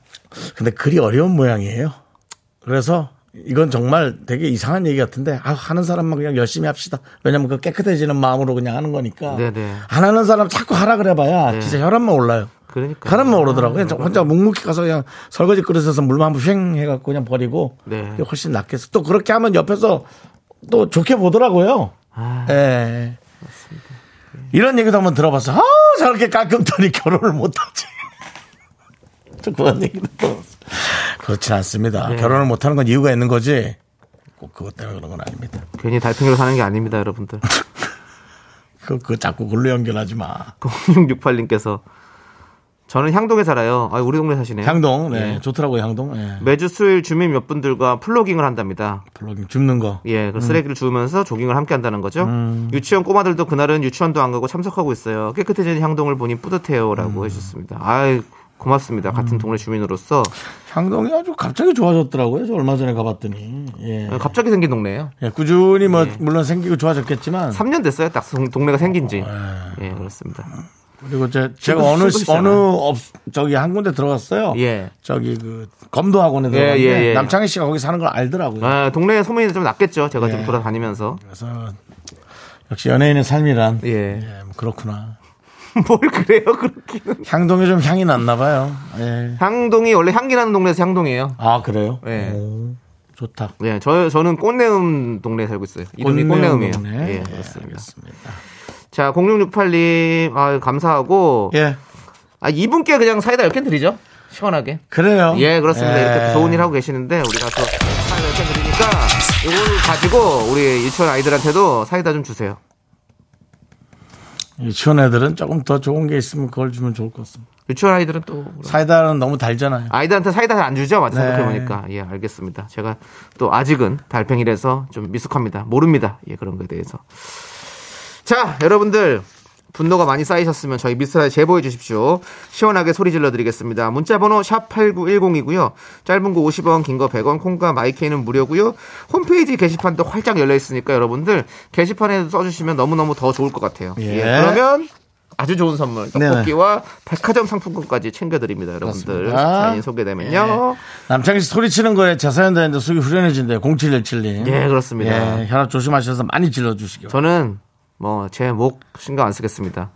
S1: 근데 글이 어려운 모양이에요. 그래서 이건 정말 되게 이상한 얘기 같은데 아, 하는 사람만 그냥 열심히 합시다. 왜냐면 그 깨끗해지는 마음으로 그냥 하는 거니까.
S2: 네네.
S1: 안 하는 사람 자꾸 하라 그래봐야 진짜 혈압만 올라요.
S2: 그러니까.
S1: 혈압만 오르더라고요. 그냥 혼자 묵묵히 가서 그냥 설거지 그릇에서 물만 한번 휑 해갖고 그냥 버리고
S2: 네.
S1: 이게 훨씬 낫겠어. 또 그렇게 하면 옆에서 또 좋게 보더라고요.
S2: 아,
S1: 예. 이런 얘기도 한번 들어봤어. 아, 저렇게 깔끔더니 *laughs* 결혼을 못하지. 저 그런 얘기도 들어봤어. 그렇진
S2: 네.
S1: 않습니다. 결혼을 못하는 건 이유가 있는 거지. 꼭 그것 때문에 그런 건 아닙니다.
S2: 괜히 달팽이로 사는 게 아닙니다, 여러분들. *laughs*
S1: 그, 그 자꾸 글로 연결하지 마.
S2: 0668님께서 저는 향동에 살아요. 아, 우리 동네 사시네요.
S1: 향동, 네. 좋더라고요, 향동. 예.
S2: 매주 수요일 주민 몇 분들과 플로깅을 한답니다.
S1: 블로깅 줍는 거.
S2: 예, 그 쓰레기를 주우면서 조깅을 함께 한다는 거죠.
S1: 음.
S2: 유치원 꼬마들도 그날은 유치원도 안 가고 참석하고 있어요. 깨끗해진 향동을 보니
S1: 음.
S2: 뿌듯해요라고 해주셨습니다. 아이 고맙습니다. 같은 동네 주민으로서
S1: 향동이 아주 갑자기 좋아졌더라고요. 저 얼마 전에 가봤더니. 예.
S2: 갑자기 생긴 동네예요.
S1: 예, 꾸준히 뭐, 물론 생기고 좋아졌겠지만.
S2: 3년 됐어요. 딱 동- 동네가 생긴
S1: 어,
S2: 지. 예, 그렇습니다.
S1: 그리고 제, 제가
S2: 친구,
S1: 어느,
S2: 친구
S1: 시- 어느
S2: 있잖아요.
S1: 업, 저기 한 군데 들어갔어요.
S2: 예.
S1: 저기 그 검도 학원에 들어갔는데
S2: 예, 예.
S1: 남창희 씨가 거기 사는 걸 알더라고요.
S2: 아, 동네에 소문이 좀 났겠죠. 제가
S1: 예.
S2: 좀 돌아다니면서.
S1: 그래서 역시 연예인의 삶이란
S2: 예. *laughs*
S1: 예, 뭐 그렇구나.
S2: 뭘 그래요, 그렇게는.
S1: 향동에 좀 향이 났나 봐요. 예.
S2: 향동이 원래 향기 나는 동네에서 향동이에요.
S1: 아 그래요?
S2: 예.
S1: 오, 좋다.
S2: 예, 저 저는 꽃내음 동네에 살고 있어요. 이름이 꽃내음이에요.
S1: 동네.
S2: 예,
S1: 예,
S2: 그렇습니다.
S1: 알겠습니다.
S2: 자, 0668님, 아 감사하고.
S1: 예,
S2: 아, 이분께 그냥 사이다 10개 드리죠? 시원하게.
S1: 그래요.
S2: 예, 그렇습니다.
S1: 예.
S2: 이렇게 좋은 일 하고 계시는데, 우리가 또 사이다 10개 드리니까, 이걸 가지고 우리 유치원 아이들한테도 사이다 좀 주세요.
S1: 유치원 애들은 조금 더 좋은 게 있으면 그걸 주면 좋을 것 같습니다.
S2: 유치원 아이들은 또. 그럼.
S1: 사이다는 너무 달잖아요.
S2: 아이들한테 사이다 안 주죠? 맞아,
S1: 네.
S2: 생각해보니까. 예, 알겠습니다. 제가 또 아직은 달팽이라서 좀 미숙합니다. 모릅니다. 예, 그런 거에 대해서. 자, 여러분들. 분노가 많이 쌓이셨으면 저희 미스터에 제보해 주십시오. 시원하게 소리 질러 드리겠습니다. 문자 번호 샵 8910이고요. 짧은 거 50원, 긴 거 100원, 콩과 마이케이는 무료고요. 홈페이지 게시판도 활짝 열려 있으니까 여러분들 게시판에 써 주시면 너무너무 더 좋을 것 같아요.
S1: 예.
S2: 예, 그러면 아주 좋은 선물
S1: 네네.
S2: 떡볶이와 백화점 상품권까지 챙겨 드립니다, 여러분들.
S1: 그렇습니다.
S2: 사연이 소개되면요.
S1: 남창희 씨 소리치는 거에 제 사연 되는데 속이 후련해진대요. 0717님.
S2: 예, 그렇습니다.
S1: 예, 혈압 조심하셔서 많이 질러주시기 바랍니다.
S2: 저는 뭐 제 목 신경 안 쓰겠습니다.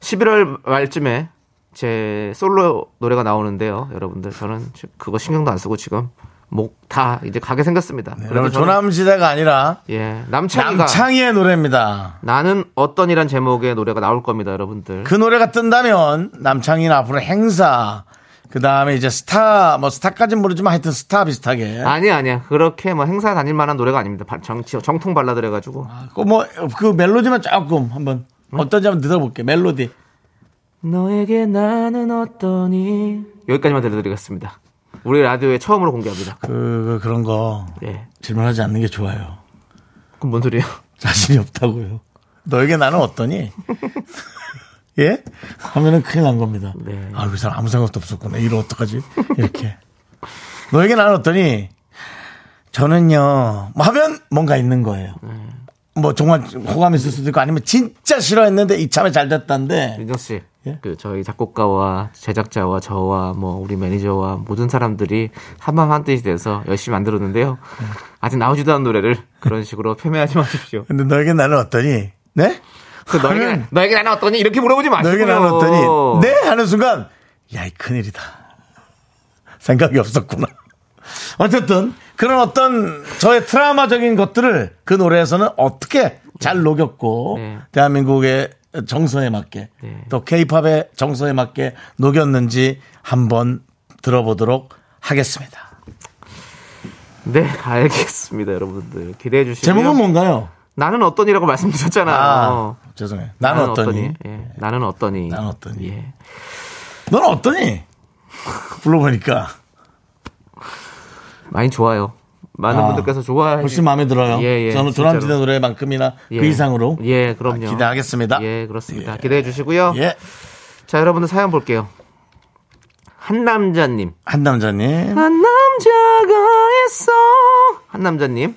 S2: 11월 말쯤에 제 솔로 노래가 나오는데요, 여러분들 저는 지- 그거 신경도 안 쓰고 지금 목 다 이제 가게 생겼습니다.
S1: 여러분,
S2: 그래서 저는-
S1: 조남시대가 아니라
S2: 예 네, 남창이가
S1: 남창희의 노래입니다.
S2: 나는 어떤이란 제목의 노래가 나올 겁니다, 여러분들.
S1: 그 노래가 뜬다면 남창희는 앞으로 행사, 그 다음에 이제 스타, 뭐 스타까지는 모르지만 하여튼 스타 비슷하게.
S2: 아니야 아니야 그렇게 뭐 행사 다닐 만한 노래가 아닙니다. 바- 정, 정통 발라드래 가지고
S1: 그 뭐, 그 멜로디만 조금 한번
S2: 음?
S1: 어떤지 한번 들어볼게요. 멜로디.
S2: 너에게 나는 어떠니 여기까지만 들려드리겠습니다. 우리 라디오에 처음으로 공개합니다.
S1: 그, 그런 거
S2: 예.
S1: 질문하지 않는 게 좋아요.
S2: 그럼 뭔 소리예요? *laughs*
S1: 자신이 없다고요. 너에게 나는 어떠니? *laughs* 예? 하면은 큰일 난 겁니다.
S2: 네.
S1: 아, 그 사람 아무 생각도 없었구나. 이거 어떡하지? 이렇게. *laughs* 너에게 나는 어떠니? 저는요, 뭐 하면 뭔가 있는 거예요. 뭐 정말 호감 있을 수도 있고 아니면 진짜 싫어했는데 이참에 잘 됐다는데
S2: 민정 씨,
S1: 예?
S2: 그 저희 작곡가와 제작자와 저와 뭐 우리 매니저와 모든 사람들이 한마음 한뜻이 돼서 열심히 만들었는데요.
S1: 음.
S2: 아직 나오지도 않은 노래를
S1: *laughs*
S2: 그런 식으로 폄훼하지 마십시오.
S1: 근데 너에게 나는 어떠니? 네?
S2: 그 너에게
S1: 그러면-
S2: 너에게 나는 어떠니 이렇게 물어보지 마시고요.
S1: 아, 너에게 나는 어떠니? 네? 하는 순간, 야, 이 큰일이다. 생각이 없었구나. *laughs* 어쨌든, 그런 어떤 저의 트라우마적인 것들을 그 노래에서는 어떻게 잘 녹였고,
S2: 네.
S1: 대한민국의 정서에 맞게,
S2: 네.
S1: 또 케이팝의 정서에 맞게 녹였는지 한번 들어보도록 하겠습니다.
S2: 네, 알겠습니다, 여러분들 기대해 주시고요.
S1: 제목은 뭔가요?
S2: 나는 어떠니라고 말씀드렸잖아요.
S1: 아, 죄송해요. 나는, 어떠니? 네.
S2: 예, 나는 어떠니?
S1: 나는 어떠니?
S2: 예.
S1: 넌 *laughs* 어떠니? 불러보니까
S2: 많이 좋아요. 많은
S1: 아,
S2: 분들께서 좋아해.
S1: 훨씬 마음에 들어요.
S2: 예, 예,
S1: 저는
S2: 진짜로.
S1: 조남지대 노래만큼이나
S2: 예.
S1: 그 이상으로 아,
S2: 예, 그럼요.
S1: 기대하겠습니다.
S2: 예, 그렇습니다. 기대해 주시고요.
S1: 예.
S2: 자, 여러분들 사연 볼게요. 한남자님.
S1: 한 남자님.
S2: 아. 한남자가 있어. 한남자님.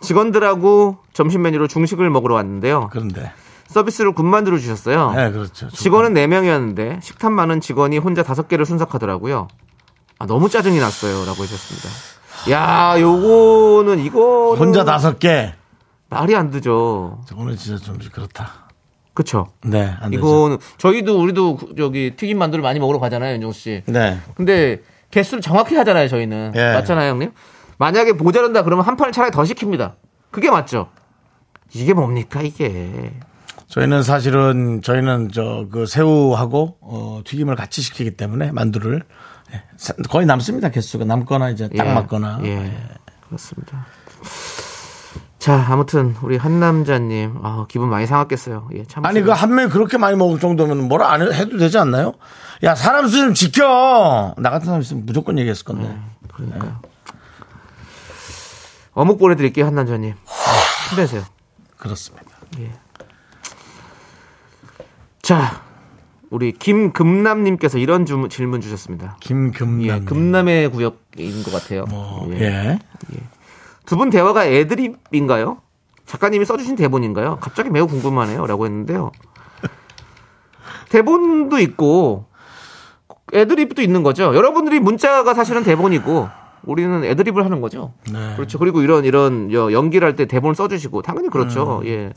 S2: 직원들하고 점심 메뉴로 중식을 먹으러 왔는데요.
S1: 그런데.
S2: 서비스로 군만두를 주셨어요.
S1: 예, 그렇죠.
S2: 직원은 4명이었는데 식탐 많은 직원이 혼자 5개를 순삭하더라고요. 아, 너무 짜증이 났어요. 라고 하셨습니다. 야, 요거는 이거
S1: 혼자 다섯 개.
S2: 말이 안 되죠.
S1: 오늘 진짜 좀 그렇다.
S2: 그쵸?
S1: 네, 안 되죠.
S2: 이거는 저희도 우리도 그- 저기 튀김 만두를 많이 먹으러 가잖아요, 윤종 씨.
S1: 네.
S2: 근데 개수를 정확히 하잖아요, 저희는.
S1: 예.
S2: 맞잖아요, 형님. 만약에 모자란다 그러면 한 판을 차라리 더 시킵니다. 그게 맞죠? 이게 뭡니까, 이게.
S1: 저희는 사실은 저희는 저 그 새우하고 어, 튀김을 같이 시키기 때문에 만두를 예, 사- 거의 남습니다 개수가 남거나 이제 딱
S2: 예.
S1: 맞거나
S2: 예. 그렇습니다. 자, 아무튼 우리 한남자님, 아, 기분 많이 상했겠어요. 예, 참.
S1: 아니 그 한 명이 그렇게 많이 먹을 정도면 뭐라 안 해- 해도 되지 않나요? 야 사람 수좀 지켜 나 같은 사람 있으면 무조건 얘기했을 건데
S2: 음. 그러니까요. 어묵 보내드릴게요, 한남자님. 힘내세요.
S1: 그렇습니다
S2: 자, 우리 김금남님께서 이런 주- 질문 주셨습니다. 예,
S1: 김금남 님
S2: 금남의 구역인 것 같아요.
S1: 어,
S2: 예.
S1: 네, 예.
S2: 두 분 대화가 애드립인가요? 작가님이 써주신 대본인가요? 갑자기 매우 궁금하네요. 라고 했는데요. 대본도 있고, 애드립도 있는 거죠. 여러분들이 문자가 사실은 대본이고, 우리는 애드립을 하는 거죠.
S1: 네.
S2: 그렇죠. 그리고 이런, 이런, 여- 연기를 할 때 대본을 써주시고, 당연히 그렇죠. 예.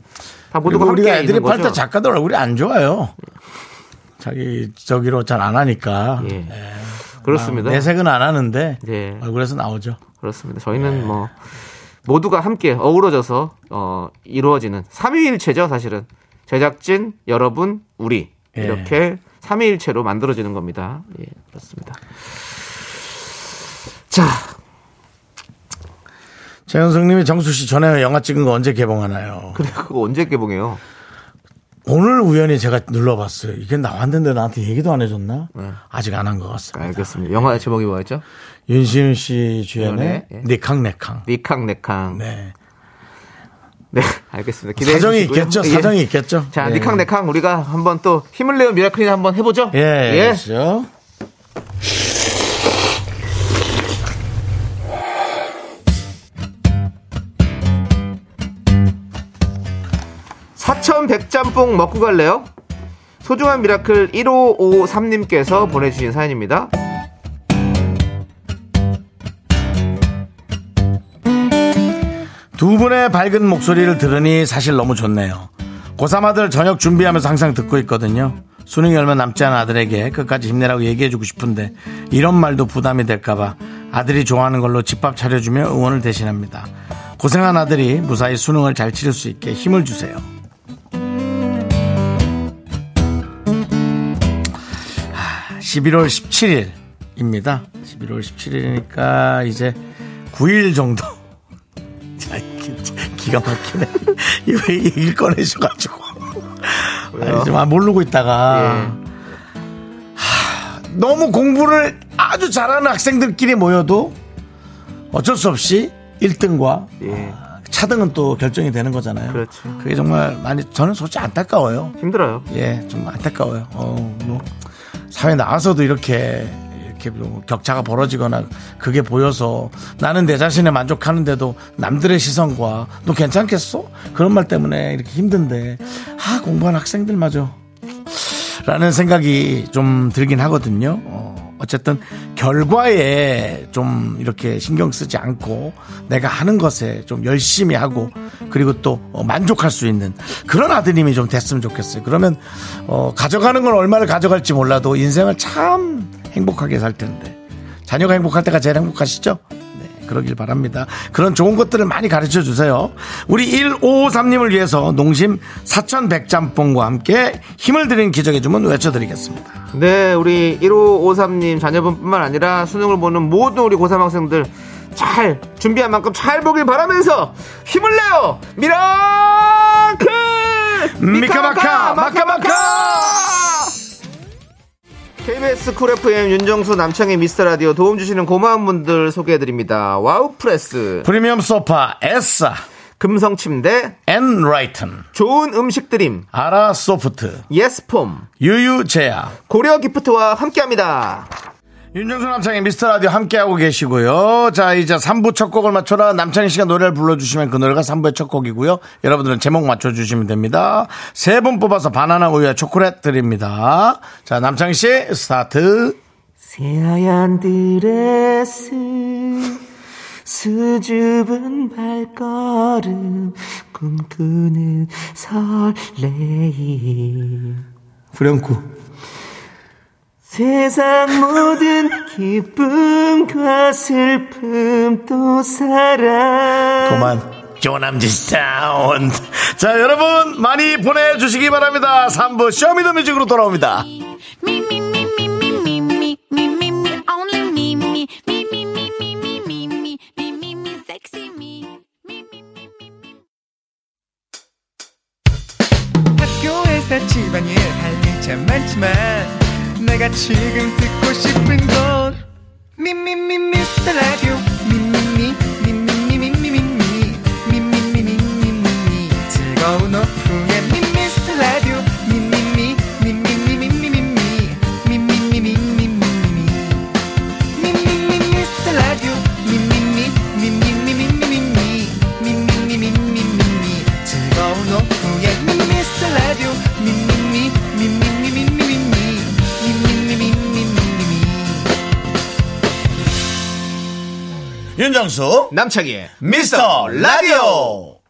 S2: 다 모두가
S1: 음. 그리고
S2: 함께
S1: 우리가
S2: 있는
S1: 애들이 팔
S2: 거죠.
S1: 때 작가들 얼굴이 안 좋아요. 자기 저기로 잘 안 하니까.
S2: 예.
S1: 예.
S2: 그렇습니다.
S1: 내색은 안 하는데
S2: 네.
S1: 얼굴에서 나오죠.
S2: 그렇습니다. 저희는 뭐 모두가 함께 어우러져서 어, 이루어지는 삼위일체죠, 사실은. 제작진, 여러분, 우리
S1: 예.
S2: 이렇게 삼위일체로 만들어지는 겁니다. 예, 그렇습니다. 자,
S1: 최현성님이 정수 씨 전에 영화 찍은 거 언제 개봉하나요?
S2: 근데 그거 언제 개봉해요?
S1: 오늘 우연히 제가 눌러봤어요. 이게 나왔는데 나한테 얘기도 안 해줬나?
S2: 예.
S1: 아직 안 한 것 같습니다. 예.
S2: 알겠습니다. 영화 제목이 뭐였죠?
S1: 윤시윤 씨 주연의
S2: 네, 예.
S1: 니캉네캉.
S2: 니캉 네캉.
S1: 네.
S2: 네, 알겠습니다. 기대해
S1: 사정이
S2: 주시고요.
S1: 있겠죠.
S2: 예.
S1: 사정이 있겠죠.
S2: 자,
S1: 예.
S2: 니캉 네캉 우리가 한번 또 힘을 내어 미라클이 한번 해보죠.
S1: 예, 그렇죠.
S2: 사천 백짬뽕 먹고 갈래요? 소중한 미라클 1553님께서 보내주신 사연입니다.
S1: 두 분의 밝은 목소리를 들으니 사실 너무 좋네요. 고3 아들 저녁 준비하면서 항상 듣고 있거든요. 수능이 얼마 남지 않은 아들에게 끝까지 힘내라고 얘기해주고 싶은데 이런 말도 부담이 될까봐 아들이 좋아하는 걸로 집밥 차려주며 응원을 대신합니다. 고생한 아들이 무사히 수능을 잘 치를 수 있게 힘을 주세요. 하, 11월 17일입니다. 11월 17일이니까 이제 9일 정도 자, 기- 기가 막히네. *laughs* 이거 얘기를 꺼내셔가지고. 아니, 좀, 아, 모르고 있다가. 예. 하, 너무 공부를 아주 잘하는 학생들끼리 모여도 어쩔 수 없이 1등과
S2: 예.
S1: 차등은 또 결정이 되는 거잖아요.
S2: 그렇죠.
S1: 그게 정말 많이, 저는 솔직히 안타까워요.
S2: 힘들어요.
S1: 예, 좀 안타까워요. 어, 뭐 사회 나와서도 이렇게 이렇게 뭐 격차가 벌어지거나 그게 보여서 나는 내 자신에 만족하는데도 남들의 시선과 너 괜찮겠어? 그런 말 때문에 이렇게 힘든데 아 공부하는 학생들마저 라는 생각이 좀 들긴 하거든요. 어, 어쨌든 결과에 좀 이렇게 신경 쓰지 않고 내가 하는 것에 좀 열심히 하고 그리고 또 어, 만족할 수 있는 그런 아드님이 좀 됐으면 좋겠어요. 그러면 어, 가져가는 건 얼마를 가져갈지 몰라도 인생을 참 행복하게 살 텐데 자녀가 행복할 때가 제일 행복하시죠? 네, 그러길 바랍니다. 그런 좋은 것들을 많이 가르쳐 주세요. 우리 1553님을 위해서 농심 사천 백짬뽕과 함께 힘을 드리는 기적의 주문 외쳐드리겠습니다.
S2: 네, 우리 1553님 자녀분뿐만 아니라 수능을 보는 모든 우리 고3 학생들 잘 준비한 만큼 잘 보길 바라면서 힘을 내요! 미라클!
S1: 미카마카,
S2: 마카마카! KBS 쿨 FM 윤정수 남창희 미스터 라디오 도움 주시는 고마운 분들 소개해드립니다. 와우 프레스,
S1: 프리미엄 소파 에싸
S2: 금성 침대,
S1: 엔라이튼
S2: 좋은 음식 드림,
S1: 아라소프트
S2: 예스폼,
S1: 유유제야
S2: 고려 기프트와 함께합니다.
S1: 윤정수 남창의 미스터 라디오 함께하고 계시고요. 자, 이제 3부 첫 곡을 맞춰라. 남창희 씨가 노래를 불러주시면 그 노래가 3부의 첫 곡이고요. 여러분들은 제목 맞춰주시면 됩니다. 세 분 뽑아서 바나나 우유와 초콜릿 드립니다. 자, 남창희 씨, 스타트.
S2: 새하얀 드레스 수줍은 발걸음 꿈꾸는 설레임
S1: 후렴구.
S2: 세상 모든 기쁨과 슬픔 또 사랑
S1: 그만. 조남지 사운드. 자, 여러분, 많이 보내주시기 바랍니다. 3부 쇼미더 뮤직으로 돌아옵니다.
S4: Me, me, me, me, me, me, me, me, me, me, only me, me, me, me, me, me, me, me, me, me, me, me, sexy me. Me, me, me, me, me.
S6: 학교에서 집안일 할 일 참 많지만 내가 지금 듣고 싶은 건 미미미 미스터 라디오 미미미 미미미미미미 미미미미미미 즐거운 오후에 미스터 라디오 미미미 미미미미미미 미미미미미미미 미미미 미스터 라디오 미미미 미미미미미미 미미미미미미 즐거운 오후에 미스터 라디오 미미미 미미미미미미 미미미미미미미
S1: 윤정수.
S2: 어? 남창희의
S1: 미스터 라디오.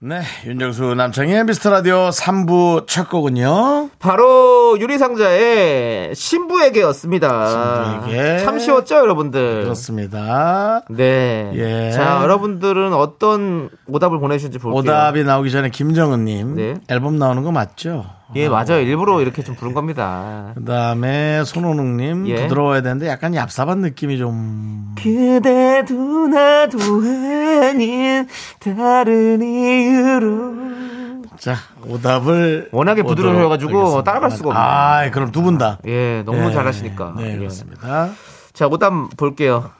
S1: 네, 윤정수 남창희의 미스터 라디오 3부 첫 곡은요.
S2: 바로 유리상자의 신부에게였습니다
S1: 신부에게.
S2: 참 쉬웠죠 여러분들
S1: 그렇습니다.
S2: 네.
S1: 예.
S2: 자, 여러분들은 어떤 오답을 보내주셨는지 볼게요.
S1: 오답이 나오기 전에 김정은님
S2: 네.
S1: 앨범 나오는 거 맞죠?
S2: 예, 맞아요. 일부러 이렇게 좀 부른 겁니다.
S1: 그다음에 손호능님
S2: 예.
S1: 부드러워야 되는데 약간 얍삽한 느낌이 좀
S2: 그대도 나도 아닌 예, 다른 이유로.
S1: 자, 오답을
S2: 워낙에
S1: 보도록
S2: 부드러워가지고
S1: 하겠습니다.
S2: 따라갈 수가 없네요.
S1: 아, 그럼 두 분 다.
S2: 예, 너무
S1: 예.
S2: 잘하시니까.
S1: 네,
S2: 예.
S1: 그렇습니다.
S2: 자, 오답 볼게요.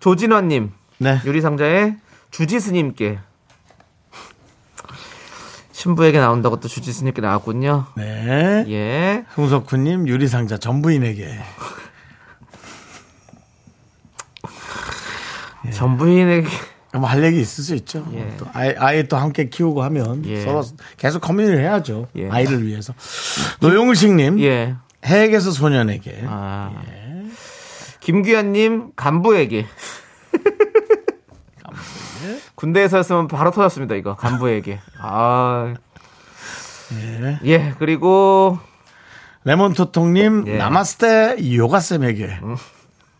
S2: 조진원님,
S1: 네.
S2: 유리상자의 주지스님께 신부에게 나온다고 또 주지스님께 나왔군요.
S1: 네.
S2: 예.
S1: 흥석훈님 유리상자 전부인에게.
S2: 예. 전부인에게
S1: 뭐 할 얘기 있을 수 있죠.
S2: 예.
S1: 또 아이, 아이 또 함께 키우고 하면
S2: 예.
S1: 서로 계속 커뮤니를 해야죠.
S2: 예.
S1: 아이를 위해서. 노용식님
S2: 예.
S1: 해에게서 소년에게.
S2: 아. 김규현님 간부에게. 군대에서였으면 바로 터졌습니다 이거 간부에게. 아. 예. 그리고
S1: 레몬토통님
S2: 예. 음.
S1: 나마스테 요가쌤에게.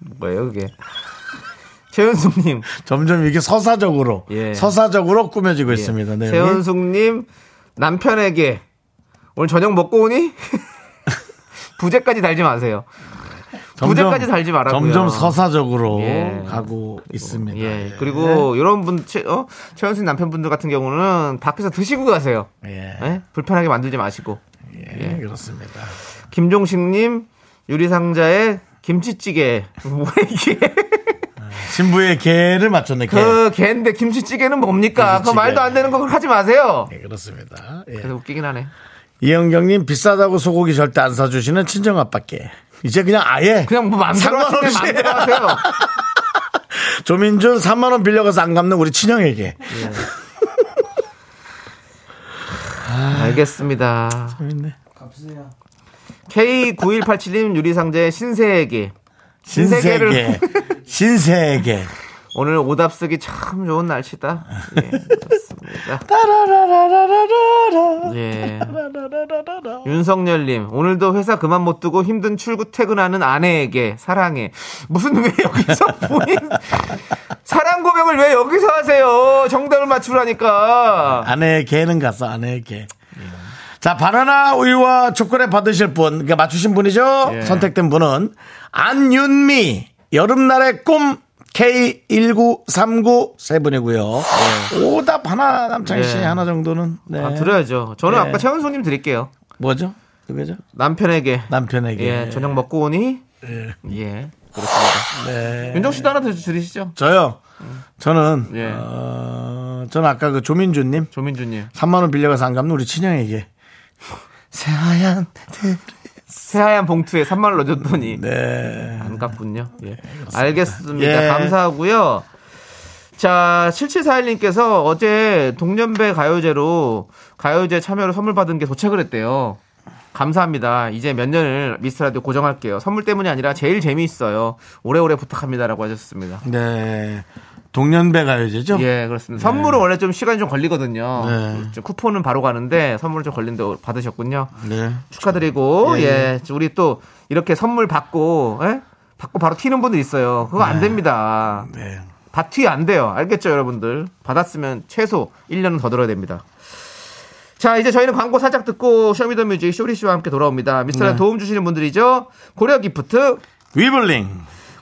S2: 뭐예요 그게? 최은숙님.
S1: 점점 이게 서사적으로
S2: 예.
S1: 서사적으로 꾸며지고 있습니다. 네.
S2: 최은숙님 남편에게 오늘 저녁 먹고 오니? *laughs* 부재까지 달지 마세요. 부재까지 달지 말라고요.
S1: 점점 서사적으로
S2: 예.
S1: 가고 있습니다.
S2: 예. 그리고 이런 분, 최, 어? 최현수 남편분들 같은 경우는 밖에서 드시고 가세요.
S1: 예.
S2: 예? 불편하게 만들지 마시고.
S1: 예, 그렇습니다.
S2: 김종식님, 유리상자에 김치찌개. *laughs* 뭐 이게.
S1: 네. 신부의 개를 맞췄네. 개.
S2: 그, 걔인데 김치찌개는 뭡니까?
S1: 김치찌개.
S2: 그거 말도 안 되는 거 하지 마세요.
S1: 예, 그렇습니다. 예.
S2: 그래서 웃기긴 하네.
S1: 이영경님 비싸다고 소고기 절대 안 사주시는 친정 아빠께 이제 그냥 아예
S2: 그냥 뭐 마음대로 하세요.
S1: 상관없이
S2: 마음대로 하세요.
S1: *laughs* 조민준 3만 원 빌려가서 안 갚는 우리 친형에게
S2: 알겠습니다.
S1: 재밌네.
S2: K9187님 유리상자의 신세에게
S1: 신세계
S2: *laughs*
S1: 신세계
S2: 오늘 오답 쓰기 참 좋은 날씨다. 예, 그렇습니다.
S1: 따라라라라라라
S2: 예.
S1: *laughs*
S2: 윤성열님 오늘도 회사 그만 못 두고 힘든 출구 퇴근하는 아내에게 사랑해. 무슨 왜 여기서 *laughs* 본인 사랑 고백을 왜 여기서 하세요? 정답을 맞추라니까.
S1: 아내의 개는 갔어 아내의 개. 자 바나나 우유와 초콜릿 받으실 분 그러니까 맞추신 분이죠
S2: 예.
S1: 선택된 분은 안윤미 여름날의 꿈 K1939 세 분이고요 오답 하나 남창희 씨
S2: 예.
S1: 하나 정도는 네.
S2: 아, 드려야죠. 저는
S1: 예.
S2: 아까 최은수님 드릴게요.
S1: 뭐죠? 그거죠?
S2: 남편에게
S1: 남편에게.
S2: 예, 저녁 먹고 오니? 예. 네. 그렇습니다. 윤정 씨도 하나 더 드리시죠.
S1: 저요. 저는
S2: 예.
S1: 어, 저는 아까 그 조민주님
S2: 조민주님.
S1: 3만 원 빌려가서 안 갚는 우리 친형에게 새하얀 들-
S2: 새하얀 봉투에 3만원 넣어줬더니.
S1: 네.
S2: 안 갚군요. 예. 알겠습니다.
S1: 예.
S2: 감사하고요. 자, 7741님께서 어제 동년배 가요제로 가요제 참여로 선물 받은 게 도착을 했대요. 감사합니다. 이제 몇 년을 미스터라디오 고정할게요. 선물 때문이 아니라 제일 재미있어요. 오래오래 부탁합니다라고 하셨습니다.
S1: 네. 동년배 가요제죠?
S2: 예, 그렇습니다. 선물은 원래 좀 시간이 좀 걸리거든요.
S1: 네.
S2: 좀 쿠폰은 바로 가는데 선물은 좀 걸린데 받으셨군요.
S1: 네.
S2: 축하드리고
S1: 예,
S2: 예, 우리 또 이렇게 선물 받고 예? 받고 바로 튀는 분들 있어요. 그거 안 됩니다.
S1: 네.
S2: 다튀 안 돼요. 알겠죠, 여러분들? 받았으면 최소 1년은 더 들어야 됩니다. 자, 이제 저희는 광고 살짝 듣고 쇼미더뮤직 쇼리 씨와 함께 돌아옵니다. 미스터라 도움 주시는 분들이죠. 고려 기프트,
S1: 위블링,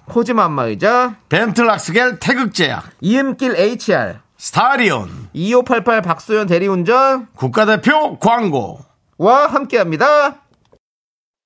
S2: 코지마 안마의자,
S1: 벤틀락스겔 태극제약,
S2: 이음길 HR,
S1: 스타리온,
S2: 2588 박소연 대리운전
S1: 국가대표 광고.
S2: 와 함께합니다.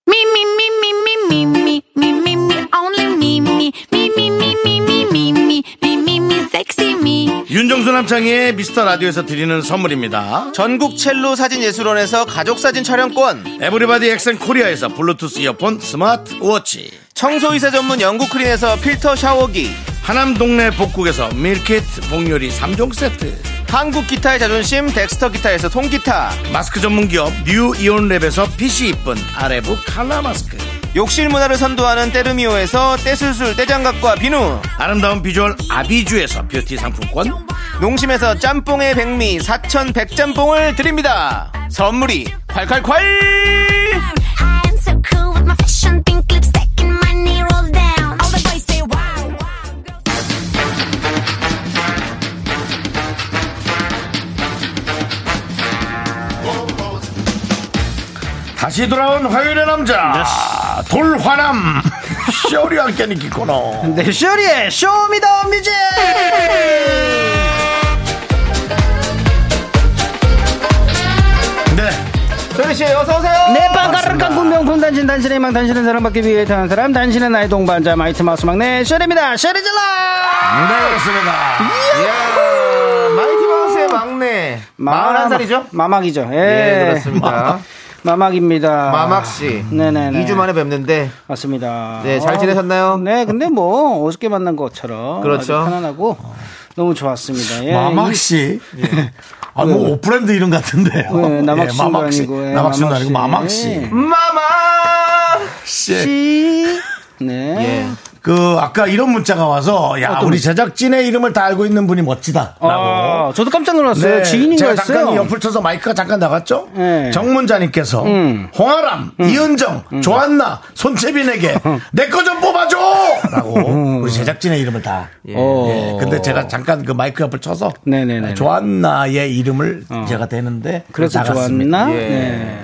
S4: Me, me, me, me, me, me, me, me, me, me, only me, me, me, me, me, me, me, me, me, me, me, me, sexy me.
S1: 윤정수 남창희의 미스터 라디오에서 드리는 선물입니다.
S2: 전국 첼로 사진 예술원에서 가족 사진 촬영권.
S1: 에브리바디 엑센 코리아에서 블루투스 이어폰 스마트 워치.
S2: 청소이사 전문 영국 크린에서 필터 샤워기
S1: 하남 동네 복국에서 밀키트 복요리 3종 세트.
S2: 한국 기타의 자존심 덱스터 기타에서 통기타
S1: 마스크 전문 기업 뉴 이온랩에서 핏이 이쁜 아레브 칼라 마스크.
S2: 욕실 문화를 선도하는 때르미오에서 떼술술 떼장갑과 비누
S1: 아름다운 비주얼 아비주에서 뷰티 상품권.
S2: 농심에서 짬뽕의 백미 사천 백짬뽕을 드립니다 선물이 콸콸콸
S5: I am so cool with my fashion pink lipstick and my knee rolls down. All the boys say wow, wow.
S1: 다시 돌아온 화요일의 남자. 네. 돌화남. 쇼리와 함께 느끼 코너.
S7: 네,
S2: 내쇼리의 쇼미더뮤직
S1: 네.
S2: 쇼리씨 어서오세요
S7: 네, 빵가루 깡꿍 명품 단신, 단신의 망, 단신은 사랑받기 위해 태어난 사람, 단신은 나의 동반자, 마이트 마우스 막내, 쇼리입니다. 쇼리질라!
S1: 반갑습니다.
S2: 마이티마우스의 막내
S7: 예. 마마-
S2: 41살이죠?
S7: 마막이죠. 예.
S2: 예, 그렇습니다.
S7: 마막입니다.
S2: 마막 씨.
S7: 네네네.
S2: 2주 만에 뵙는데
S7: 맞습니다.
S2: 네, 잘
S7: 어,
S2: 지내셨나요?
S7: 네, 근데 뭐 어저께 만난 것처럼
S2: 그렇죠.
S7: 아주 편안하고 너무 좋았습니다. 예.
S1: 마막
S7: 이-
S1: 씨. 아, 뭐, 옷브랜드 이름 같은데요. 예,
S7: 네, 남학 씨도
S1: 마막 씨.
S7: 아니고, 예,
S1: 남학 씨도
S7: 마막
S1: 아니고,
S7: 씨. 예.
S1: 마막 씨. 씨.
S2: 마마
S7: 씨. 네.
S2: 예.
S1: 그, 아까 이런 문자가 와서, 야, 우리 제작진의 이름을 다 알고 있는 분이 멋지다.
S7: 아, 저도 깜짝 놀랐어요. 지인인
S1: 네. 제가
S7: 거였어요.
S1: 잠깐 옆을 쳐서 마이크가 잠깐 나갔죠?
S7: 네. 음.
S1: 정문자님께서 홍아람, 이은정, 조한나, 손채빈에게
S7: 음.
S1: 내 거 좀 뽑아줘! 라고 우리 제작진의 이름을 다. 예.
S7: 어.
S1: 근데 제가 잠깐 그 마이크 옆을 쳐서
S7: 네네네. 어.
S1: 조한나의 이름을 제가 대는데
S7: 그래서
S1: 나갔습니다.
S7: 좋았나?
S2: 예.
S7: 네.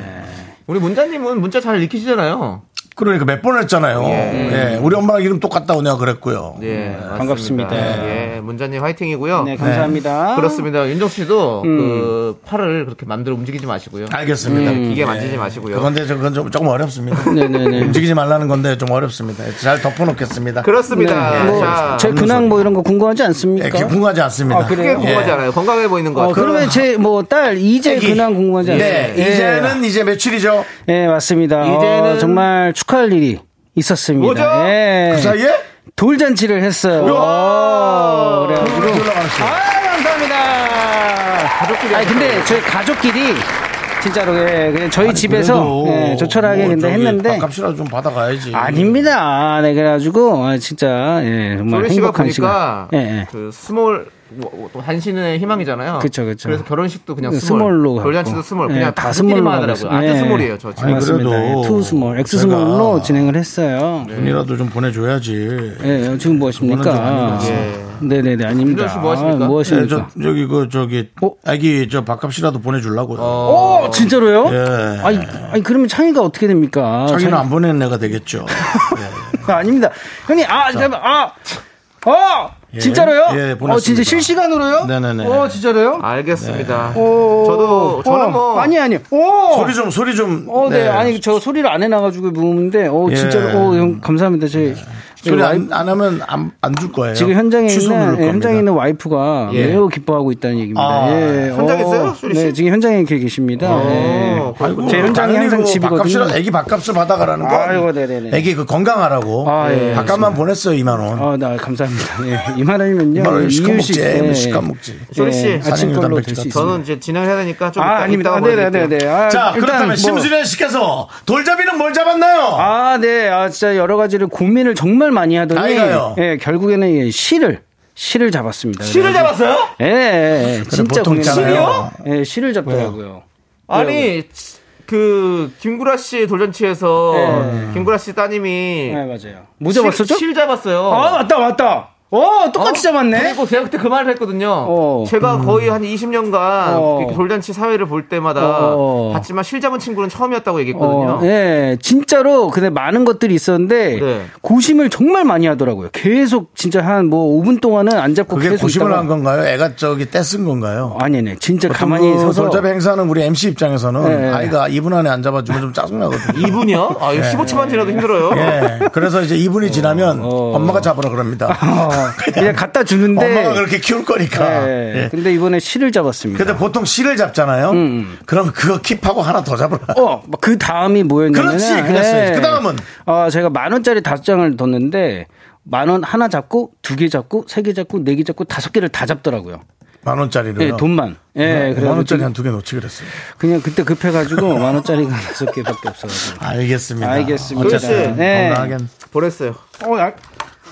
S2: 우리 문자님은 문자 잘 읽히시잖아요.
S1: 그러니까 몇 번 했잖아요. 예. 우리 엄마랑 이름 똑같다고 내가 그랬고요.
S7: 네.
S2: 예, 맞습니다.
S7: 음, 반갑습니다.
S2: 예, 문자님 화이팅이고요.
S7: 네, 감사합니다. 음.
S2: 그렇습니다. 윤정 씨도 그 팔을 그렇게 마음대로 움직이지 마시고요.
S7: 아,
S1: 알겠습니다.
S7: 음.
S2: 기계
S7: 네.
S1: 예.
S2: 만지지 마시고요.
S1: 그건데 저- 그건 좀, 조금 어렵습니다.
S7: 네네네.
S1: 움직이지 말라는 건데 좀 어렵습니다. 잘 덮어놓겠습니다.
S2: 그렇죠. 그렇습니다.
S7: 뭐,
S2: 아, 자,
S7: 제 근황 뭐 이런 거 궁금하지 않습니까?
S1: 예, 궁금하지 않습니다.
S7: 아,
S2: 크게
S7: 그래요?
S2: 궁금하지
S1: 예.
S2: 않아요. 건강해 보이는 것
S7: 어,
S2: 같아요.
S7: 그러면 제 뭐 딸 이제
S1: 애기.
S7: 근황 궁금하지 예. 않습니까?
S1: 네, 이제는 이제 며칠이죠?
S7: 예, 예, 맞습니다.
S2: 이제는-
S7: 어, 정말 축하할 일이 있었습니다.
S2: 뭐죠?
S7: 예.
S1: 그 사이에?
S7: 돌잔치를 했어요. 오, 그래가지고
S1: 물 흘러가면서.
S7: 아, 감사합니다. 가족끼리. 아니, 근데 저희 가족끼리 진짜로 예, 그냥 저희 집에서
S1: 아, 그래도
S7: 예, 조촐하게
S1: 뭐
S7: 근데
S1: 저기
S7: 했는데
S1: 밥값이라도 좀 받아가야지.
S7: 아닙니다. 네, 그래가지고 아, 진짜 예, 정말
S2: 소리 씨가
S7: 행복한
S2: 보니까
S7: 시간. 예, 예.
S2: 그 스몰 뭐, 뭐, 또 한신의 희망이잖아요.
S7: 그쵸, 그쵸.
S2: 래서 결혼식도 그냥
S7: 네,
S2: 스몰,
S7: 스몰로 갖고.
S2: 돌잔치도 스몰,
S7: 예,
S2: 그냥
S7: 다
S2: 다
S7: 스몰로
S2: 스몰만
S7: 하고
S2: 하더라고요.
S7: 있어요.
S2: 아니
S7: 예.
S2: 스몰이에요, 저 지금.
S1: 아니,
S7: 맞습니다.
S1: 그래도
S7: 예, 투 스몰, 엑스 스몰로
S1: 제가-
S7: 진행을 했어요.
S1: 돈이라도 좀 보내줘야지.
S7: 예, 예, 지금
S1: 그거는 좀
S7: 뭐 하십니까?
S1: 아니고요.
S2: 예.
S7: 네, 네, 네, 아닙니다.
S2: 윤정 씨뭐 하십니까?
S7: 아, 뭐
S1: 예, 저,
S7: 하십니까?
S1: 저기, 그, 저기,
S7: 어?
S1: 아기, 저, 밥값이라도 보내주려고요.
S7: 어, 진짜로요?
S1: 예.
S7: 아니, 아니, 그러면 창의가 어떻게 됩니까?
S1: 자기는 안 보내는 애가 되겠죠.
S7: *laughs* 아, 아닙니다. 형님, 아, 잠깐만, 아, 어! 진짜로요?
S1: 예,
S7: 어, 진짜
S1: 보냈습니다.
S7: 실시간으로요?
S1: 네네네.
S7: 어, 진짜로요?
S2: 알겠습니다.
S7: 오,
S2: 저도 저는
S7: 어,
S2: 뭐
S7: 아니, 아니. 오!
S1: 소리 좀, 소리 좀.
S7: 어, 네. 아니, 저 소리를 안 해놔가지고 부는데, 어,
S1: 예. 네.
S7: 진짜로, 어, 형, 감사합니다. 저희. 저희
S1: 소리 안,
S7: 와이프-
S1: 안 하면 안, 안 줄 거예요.
S7: 지금 현장에
S1: 취소
S7: 있는
S1: 누를
S7: 예, 현장에
S1: 겁니다.
S7: 있는 와이프가
S2: 예.
S7: 매우 기뻐하고 있다는 얘기입니다.
S1: 아,
S7: 예.
S2: 현장에
S7: 어,
S2: 있어요? 수리 씨?
S7: 네, 지금 현장에 이렇게 계시니다 예.
S2: 어,
S1: 아이고,
S7: 제 현장이
S1: 당연히
S7: 항상
S1: 그
S7: 집이거든요.
S1: 밥값이라 애기 밥값을 받아가라는 거.
S7: 아이고, 네네네.
S1: 애기 그 건강하라고.
S7: 아, 예,
S1: 밥값만 보냈어요, 2만 원.
S7: 아, 나 감사합니다. 예. 이만원이면요.
S1: 2만 원 시간
S7: 이유식,
S1: 먹지.
S7: 예,
S1: 뭐
S7: 예.
S1: 시간 먹지.
S2: 소리 씨,
S7: 예, 아침
S1: 산인유단
S7: 걸로
S1: 백지
S7: 될 수
S1: 같은
S7: 있습니다.
S2: 저는 이제 진행해야 되니까 좀
S7: 아,
S2: 이따,
S7: 아닙니다.
S2: 이따가
S7: 네, 네,
S2: 보여드릴게요.
S7: 네, 네. 아,
S1: 자,
S7: 일단
S1: 그렇다면
S7: 뭐-
S1: 심수련 씨께서 돌잡이는 뭘 잡았나요?
S7: 아, 네. 아, 진짜 여러 가지를 고민을 정말 많이 하더니
S1: 아이가요.
S7: 예, 결국에는 예, 시를 시를 네. 잡았습니다.
S2: 실을 잡았어요?
S7: 예, 예, 예. 진짜
S1: 보통
S7: 고민했어요.
S1: 있잖아요.
S7: 예, 시를 잡더라고요. 네,
S2: 아니 그 김구라 씨 돌잔치에서
S7: 예.
S2: 김구라 씨 따님이
S7: 예, 맞아요. 뭐 잡았었죠?
S2: 실, 실 잡았어요.
S7: 아, 맞다, 맞다. 어, 똑같이 잡았네.
S2: 그리고 제가 그때 그 말을 했거든요.
S7: 어.
S2: 제가 거의 한 20년간
S7: 어.
S2: 돌잔치 사회를 볼 때마다
S7: 어.
S2: 봤지만 실 잡은 친구는 처음이었다고 얘기했거든요.
S7: 어, 예, 진짜로 근데 많은 것들이 있었는데
S2: 네.
S7: 고심을 정말 많이 하더라고요. 계속 진짜 한 뭐 5분 동안은 안 잡고
S1: 그게
S7: 계속
S1: 고심을
S7: 있다가-
S1: 한 건가요? 애가 저기 떼쓴 건가요?
S7: 아니, 네, 진짜
S1: 보통
S7: 가만히
S1: 그
S7: 서서
S1: 돌잡이 행사는 우리 MC 입장에서는
S7: 네.
S1: 아이가 2분 안에 안 잡아주면 좀 짜증나거든요.
S2: 2분이요? 아, 이거 15초만 지나도 힘들어요.
S7: 네.
S1: 예. 그래서 이제 2분이 지나면 엄마가 잡으라 그럽니다.
S7: 어, 그냥 갖다 주는데
S1: *laughs* 엄마가 그렇게 키울 거니까.
S7: 예,
S1: 예.
S7: 근데 이번에 실을 잡았습니다.
S1: 근데 보통 실을 잡잖아요. 그럼 그거 킵하고 하나 더 잡으라.
S7: 음, 어, 막그 다음이 뭐였냐면
S1: 그렇지, 그랬어요. 그다음은?
S7: 어, 제가 만 원짜리 다섯 장을 뒀는데 만 원 하나 잡고 두 개 잡고 세 개 잡고 네 개 잡고 다섯 개를 다 잡더라고요.
S1: 만 원짜리를.
S7: 예, 돈만. 예, 그래서
S1: 만 원짜리 한 두 개 놓지 그랬어요.
S7: 그냥 그때 급해가지고 *laughs* 만 원짜리가 다섯 개밖에 없어가지고.
S1: 알겠습니다.
S7: 알겠습니다.
S1: 어쨌든
S7: 네.
S1: 건강하게.
S2: 보냈어요.
S7: 어, 야.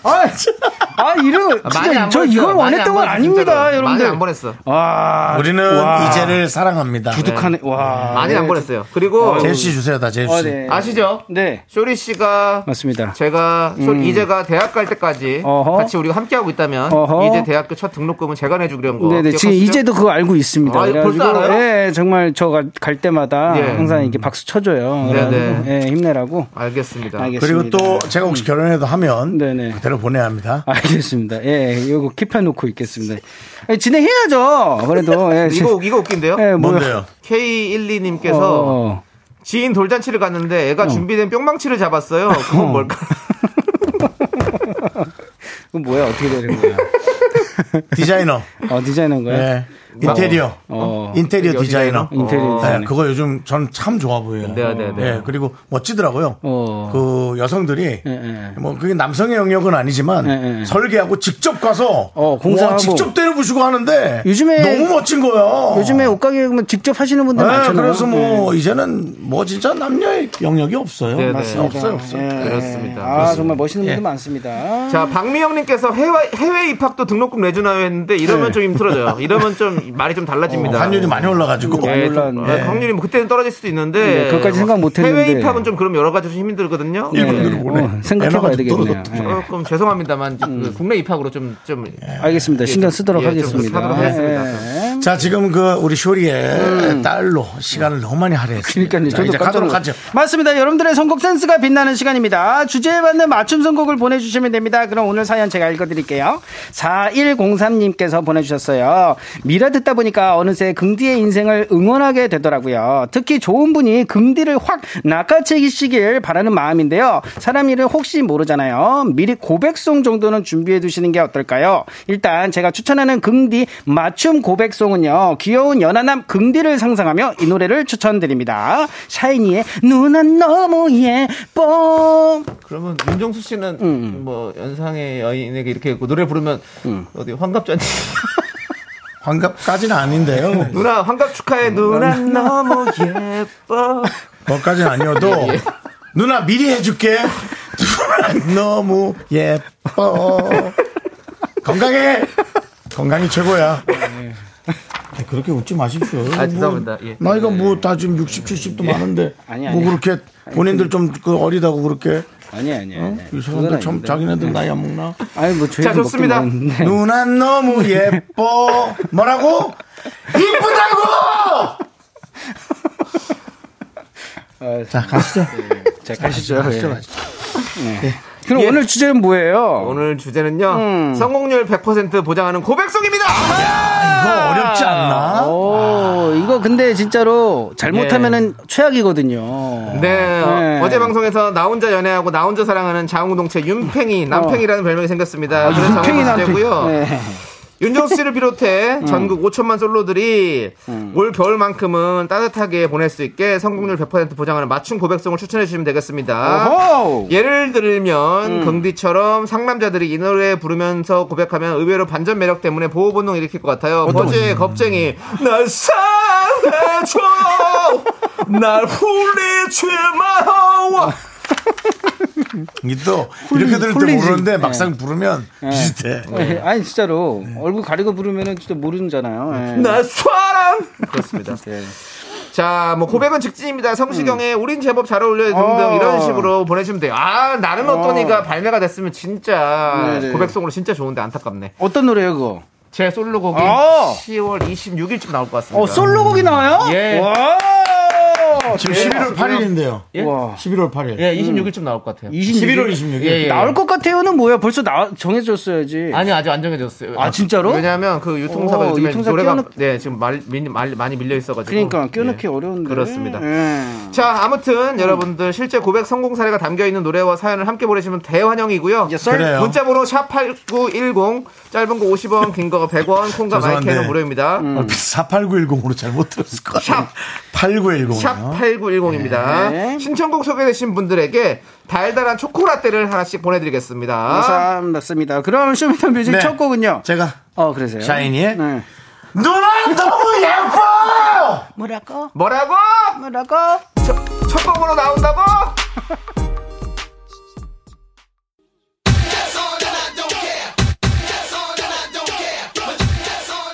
S7: 아, 진짜. 아, 이런,
S2: 아, 많이
S7: 진짜,
S2: 안
S7: 저
S2: 보냈어요.
S7: 이걸
S2: 많이
S7: 원했던
S2: 안
S7: 건
S2: 보냈어요,
S7: 아닙니다,
S2: 진짜로.
S7: 여러분들.
S2: 많이 안 보냈어.
S7: 와.
S1: 우리는
S7: 와. 아,
S1: 이제를 사랑합니다.
S7: 두둑하네, 와.
S2: 많이 안 보냈어요. 그리고
S7: 아,
S1: 제시 주세요, 다 제시.
S7: 어, 네.
S2: 아시죠?
S7: 네.
S2: 쇼리 씨가
S7: 맞습니다. 음.
S2: 제가 쇼- 이제가 대학 갈 때까지
S7: 어허.
S2: 같이 우리가 함께 하고 있다면
S7: 어허.
S2: 이제 대학교 첫 등록금은 제가 내주려는 거.
S7: 네네 지금
S2: 뭐 기억하시죠?
S7: 이제도 그거 알고 있습니다.
S2: 아, 벌써 알아요?
S7: 예, 정말 저 갈 때마다
S2: 예.
S7: 항상 이렇게 박수 쳐줘요.
S2: 네네.
S7: 그래가지고, 예, 힘내라고.
S2: 알겠습니다.
S7: 알겠습니다. 음.
S1: 그리고 또 제가 혹시 결혼해도 하면
S7: 네네. 아,
S1: 그대로 보내야 합니다.
S7: 알겠습니다. 예, 이거 킵해놓고 있겠습니다. 예, 진행해야죠. 그래도 예, 지-
S2: 이거 이거 웃긴데요.
S7: 예, 뭐-
S1: 뭔데요?
S2: K12님께서
S7: 어.
S2: 지인 돌잔치를 갔는데 애가 준비된 뿅망치를 잡았어요. 그건 뭘까?
S7: 그건 뭐야? 어떻게 되는 거야?
S1: 디자이너.
S7: *laughs* 어 디자인한 거야?
S1: 네. 인테리어.
S7: 어.
S1: 인테리어
S2: 인테리어
S1: 디자이너.
S7: 디자이너? 인테리어
S1: 어.
S7: 디자이너.
S1: 네, 그거 요즘 저는 참 좋아 보여요.
S2: 네, 네, 네.
S1: 예, 그리고 멋지더라고요.
S7: 어.
S1: 그 여성들이
S7: 예, 예.
S1: 뭐 그게 남성의 영역은 아니지만
S7: 예, 예.
S1: 설계하고 직접 가서
S7: 어, 공사하고.
S1: 와, 직접 때려부시고 하는데
S7: 요즘에-
S1: 너무 멋진 거야.
S7: 요즘에 옷가게 보면 직접 하시는 분들
S1: 네,
S7: 많잖아요. 예.
S1: 그래서 뭐 이제는 뭐 진짜 남녀의 영역이 없어요.
S2: 네, 네.
S1: 없어요, 없어요. 예.
S7: 예.
S2: 그렇습니다.
S7: 아, 정말 멋있는 분들 많습니다.
S2: 자, 박미영님께서 해외, 해외 입학도 등록금 내주나요 했는데
S7: 네.
S2: 이러면 좀 힘들어져요. 이러면 좀 말이 좀 달라집니다.
S1: 환율이 어, 많이 올라가지고
S7: 많이
S2: 예, 좀,
S7: 올랐는데.
S2: 예, 확률이 뭐 그때는 떨어질 수도 있는데
S7: 네, 그것까지 생각 못
S2: 해외
S7: 했는데.
S2: 입학은 좀 그럼 여러 가지 좀 힘들거든요. 네.
S7: 예.
S1: 일본으로
S7: 어,
S1: 보내.
S7: 생각해봐야
S1: 에너가
S7: 되겠네요.
S1: 좀
S7: 예.
S2: 조금 죄송합니다만 그 국내 입학으로 좀 좀
S7: 알겠습니다. 신경 쓰도록
S2: 예, 좀
S7: 하겠습니다.
S2: 하도록 하겠습니다.
S7: 예.
S1: 자, 지금 그 우리 쇼리의 딸로 시간을 너무 많이 할애했습니다.
S7: 음. 그러니까요.
S1: 자,
S7: 저도
S1: 이제
S7: 깜짝
S1: 가도록
S7: 놀랐-
S1: 하죠.
S7: 맞습니다. 여러분들의 선곡 센스가 빛나는 시간입니다. 주제에 맞는 맞춤 선곡을 보내주시면 됩니다. 그럼 오늘 사연 제가 읽어드릴게요. 4103님께서 보내주셨어요. 미라 듣다 보니까 어느새 긍디의 인생을 응원하게 되더라고요. 특히 좋은 분이 긍디를 확 낚아채기시길 바라는 마음인데요. 사람 일을 혹시 모르잖아요. 미리 고백송 정도는 준비해 두시는 게 어떨까요? 일단 제가 추천하는 긍디 맞춤 고백송은요. 귀여운 연하남 긍디를 상상하며 이 노래를 추천드립니다. 샤이니의 누난 너무 예뻐.
S2: 그러면 윤정수 씨는 뭐 연상의 여인에게 이렇게 있고 노래 부르면 어디 환갑자님
S1: 환갑까지는
S7: 네.
S1: 아닌데요.
S2: *laughs* 누나 환갑 축하해 누나 음. 너무 예뻐
S1: 그것까지는 아니어도 누나 미리 해줄게. 누나 너무 예뻐. 건강해. 건강이 최고야. 아니, 그렇게 웃지 마십시오.
S2: 아, 죄송합니다. 예.
S1: 뭐, 나이가 뭐 다 지금 60, 70도 많은데
S7: 아니,
S1: 뭐
S7: 아니.
S1: 그렇게 본인들 좀그 어리다고 그렇게 어?
S7: 아니 아니 아니.
S1: 이 사람들 참 자기네들 나이 안 먹나?
S7: 아니 뭐
S2: 자,
S7: 저희가
S2: 좋습니다.
S1: 누나 너무 예뻐. 뭐라고? 이쁘다고!
S7: 자 가시죠. 네, 자 가시죠. 네.
S1: 가시죠,
S7: 예.
S1: 가시죠.
S7: 그럼 오늘 주제는 뭐예요?
S2: 오늘 주제는요 성공률 100% 보장하는 고백송입니다
S1: 이거 어렵지 않나?
S2: 아.
S7: 오, 어, 이거 근데 진짜로 잘못하면은 최악이거든요.
S2: 예. 네, 어,
S7: 네.
S2: 어제 방송에서 나 혼자 연애하고 나 혼자 사랑하는 자웅동체 윤팽이 남팽이라는 별명이 생겼습니다 그래서
S7: 윤팽이
S2: 정해진
S7: 남팽이.
S2: 주제고요.
S7: 네.
S2: 윤정수 씨를 비롯해
S7: 음.
S2: 전국 5천만 솔로들이 올 겨울만큼은 따뜻하게 보낼 수 있게 성공률 100% 보장하는 맞춤 고백송을 추천해 주시면 되겠습니다.
S7: 오호! 음.
S2: 예를 들면 긍디처럼 상남자들이 이 노래 부르면서 고백하면 의외로 반전 매력 때문에 보호 본능 일으킬 것 같아요. 버즈의 겁쟁이 날 사랑해줘 날 홀리지 마워
S1: *laughs* 이게 또 이렇게 들을 때
S7: 훌리지.
S1: 모르는데
S7: 예.
S1: 막상 부르면 비슷해.
S7: 네. *laughs* 아니 진짜로 얼굴 가리고 부르면은 진짜 모르잖아요. 네.
S2: 나 사랑 그렇습니다. 예. 자, 뭐 고백은 직진입니다. 성시경의
S7: 음.
S2: 우린 제법 잘 어울려 요 등등
S7: 어.
S2: 이런 식으로 보내주면 돼요. 아, 나는 어떠니가 발매가 됐으면 진짜
S7: 네네.
S2: 고백송으로 진짜 좋은데 안타깝네.
S7: 어떤 노래예요 그거?
S2: 제 솔로곡이
S7: 어.
S2: 10월 26일쯤 나올 것 같습니다.
S7: 어 솔로곡이 나와요?
S2: 예.
S7: 와.
S1: 지금 11월 8일인데요.
S2: 예?
S7: 와.
S1: 11월 8일.
S2: 예, 26일쯤 나올 것 같아요.
S1: 11월
S7: 26일.
S1: 26일.
S2: 예, 예.
S7: 나올 것 같아요는 뭐야? 벌써 나 정해졌어야지.
S2: 아니 아직 안 정해졌어요.
S7: 아, 진짜로?
S2: 왜냐하면 그 유통사가
S7: 오,
S2: 요즘에
S7: 유통사
S2: 노래가
S7: 끼워넣-
S2: 네 지금 말, 민- 말- 많이 밀려 있어가지고
S7: 그러니까
S2: 예.
S7: 껴넣기 어려운데.
S2: 그렇습니다.
S7: 예.
S2: 자, 아무튼 여러분들 실제 고백 성공 사례가 담겨 있는 노래와 사연을 함께 보내시면 대환영이고요.
S7: Yes, sir.
S1: 그래요.
S2: 문자번호 샵 8910, 짧은 거 50원, 긴 거 100원, 콩과
S1: *laughs* 죄송한데. 음.
S2: 마이크는 무료입니다.
S1: 얼핏 48910으로 아, 잘못 들었을 것 같아요.
S2: 샵.
S1: 8910.
S2: 샵 8910입니다.
S7: 네.
S2: 신청곡 소개되신 분들에게 달달한 초코라떼를 하나씩
S7: 네,
S2: 보내드리겠습니다.
S7: 참 맞습니다. 그럼 쇼미더뮤직
S1: 네.
S7: 첫 곡은요.
S1: 제가
S7: 어 그러세요.
S1: 샤이니의
S7: 네.
S1: 누나 너무 예뻐!
S7: 뭐라고?
S2: 뭐라고?
S7: 뭐라고?
S2: 첫, 첫 곡으로 나온다고?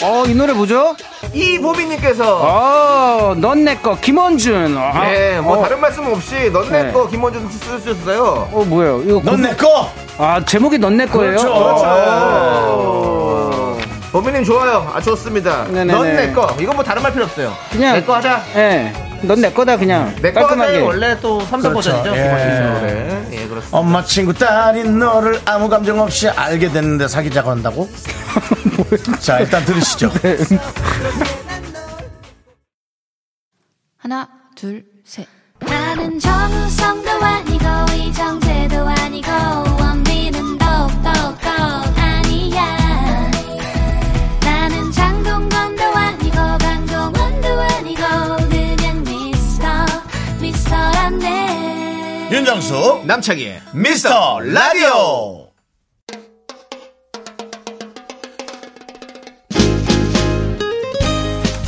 S7: 어이 노래 뭐죠?
S2: 이보빈님께서
S7: 어넌 내 거 김원준. 아,
S2: 네, 뭐
S7: 어,
S2: 다른 말씀 없이
S7: 네.
S2: 넌내거 김원준 쓰셨어요.
S7: 어 뭐예요? 이거
S1: 넌 내 거!
S7: 아 제목이 넌 내 거예요? 어,
S2: 그렇죠. 범인님 좋아요. 아 좋습니다.
S7: 네네네.
S2: 넌 내 거. 이건 뭐 다른 말 필요 없어요.
S7: 그냥-
S2: 내 거 하자.
S7: 예. 넌 내 거다 그냥.
S2: 내 거
S7: 깔끔하게. 그렇죠.
S2: 하자는 원래 또 3선 버전이죠.
S1: 예.
S2: 예. 예, 그렇습니다.
S1: 엄마 친구 딸이 너를 아무 감정 없이 알게 됐는데 사귀자고 한다고? *laughs* 자, 일단 들으시죠.
S4: 하나, 둘, 셋.
S5: 나는 정우성도 아니고 이정재도 아니고 원빈은 더욱더 아니야 나는 장동건도 아니고
S1: *laughs* *laughs* 윤정수
S2: 남창희의
S1: 미스터 라디오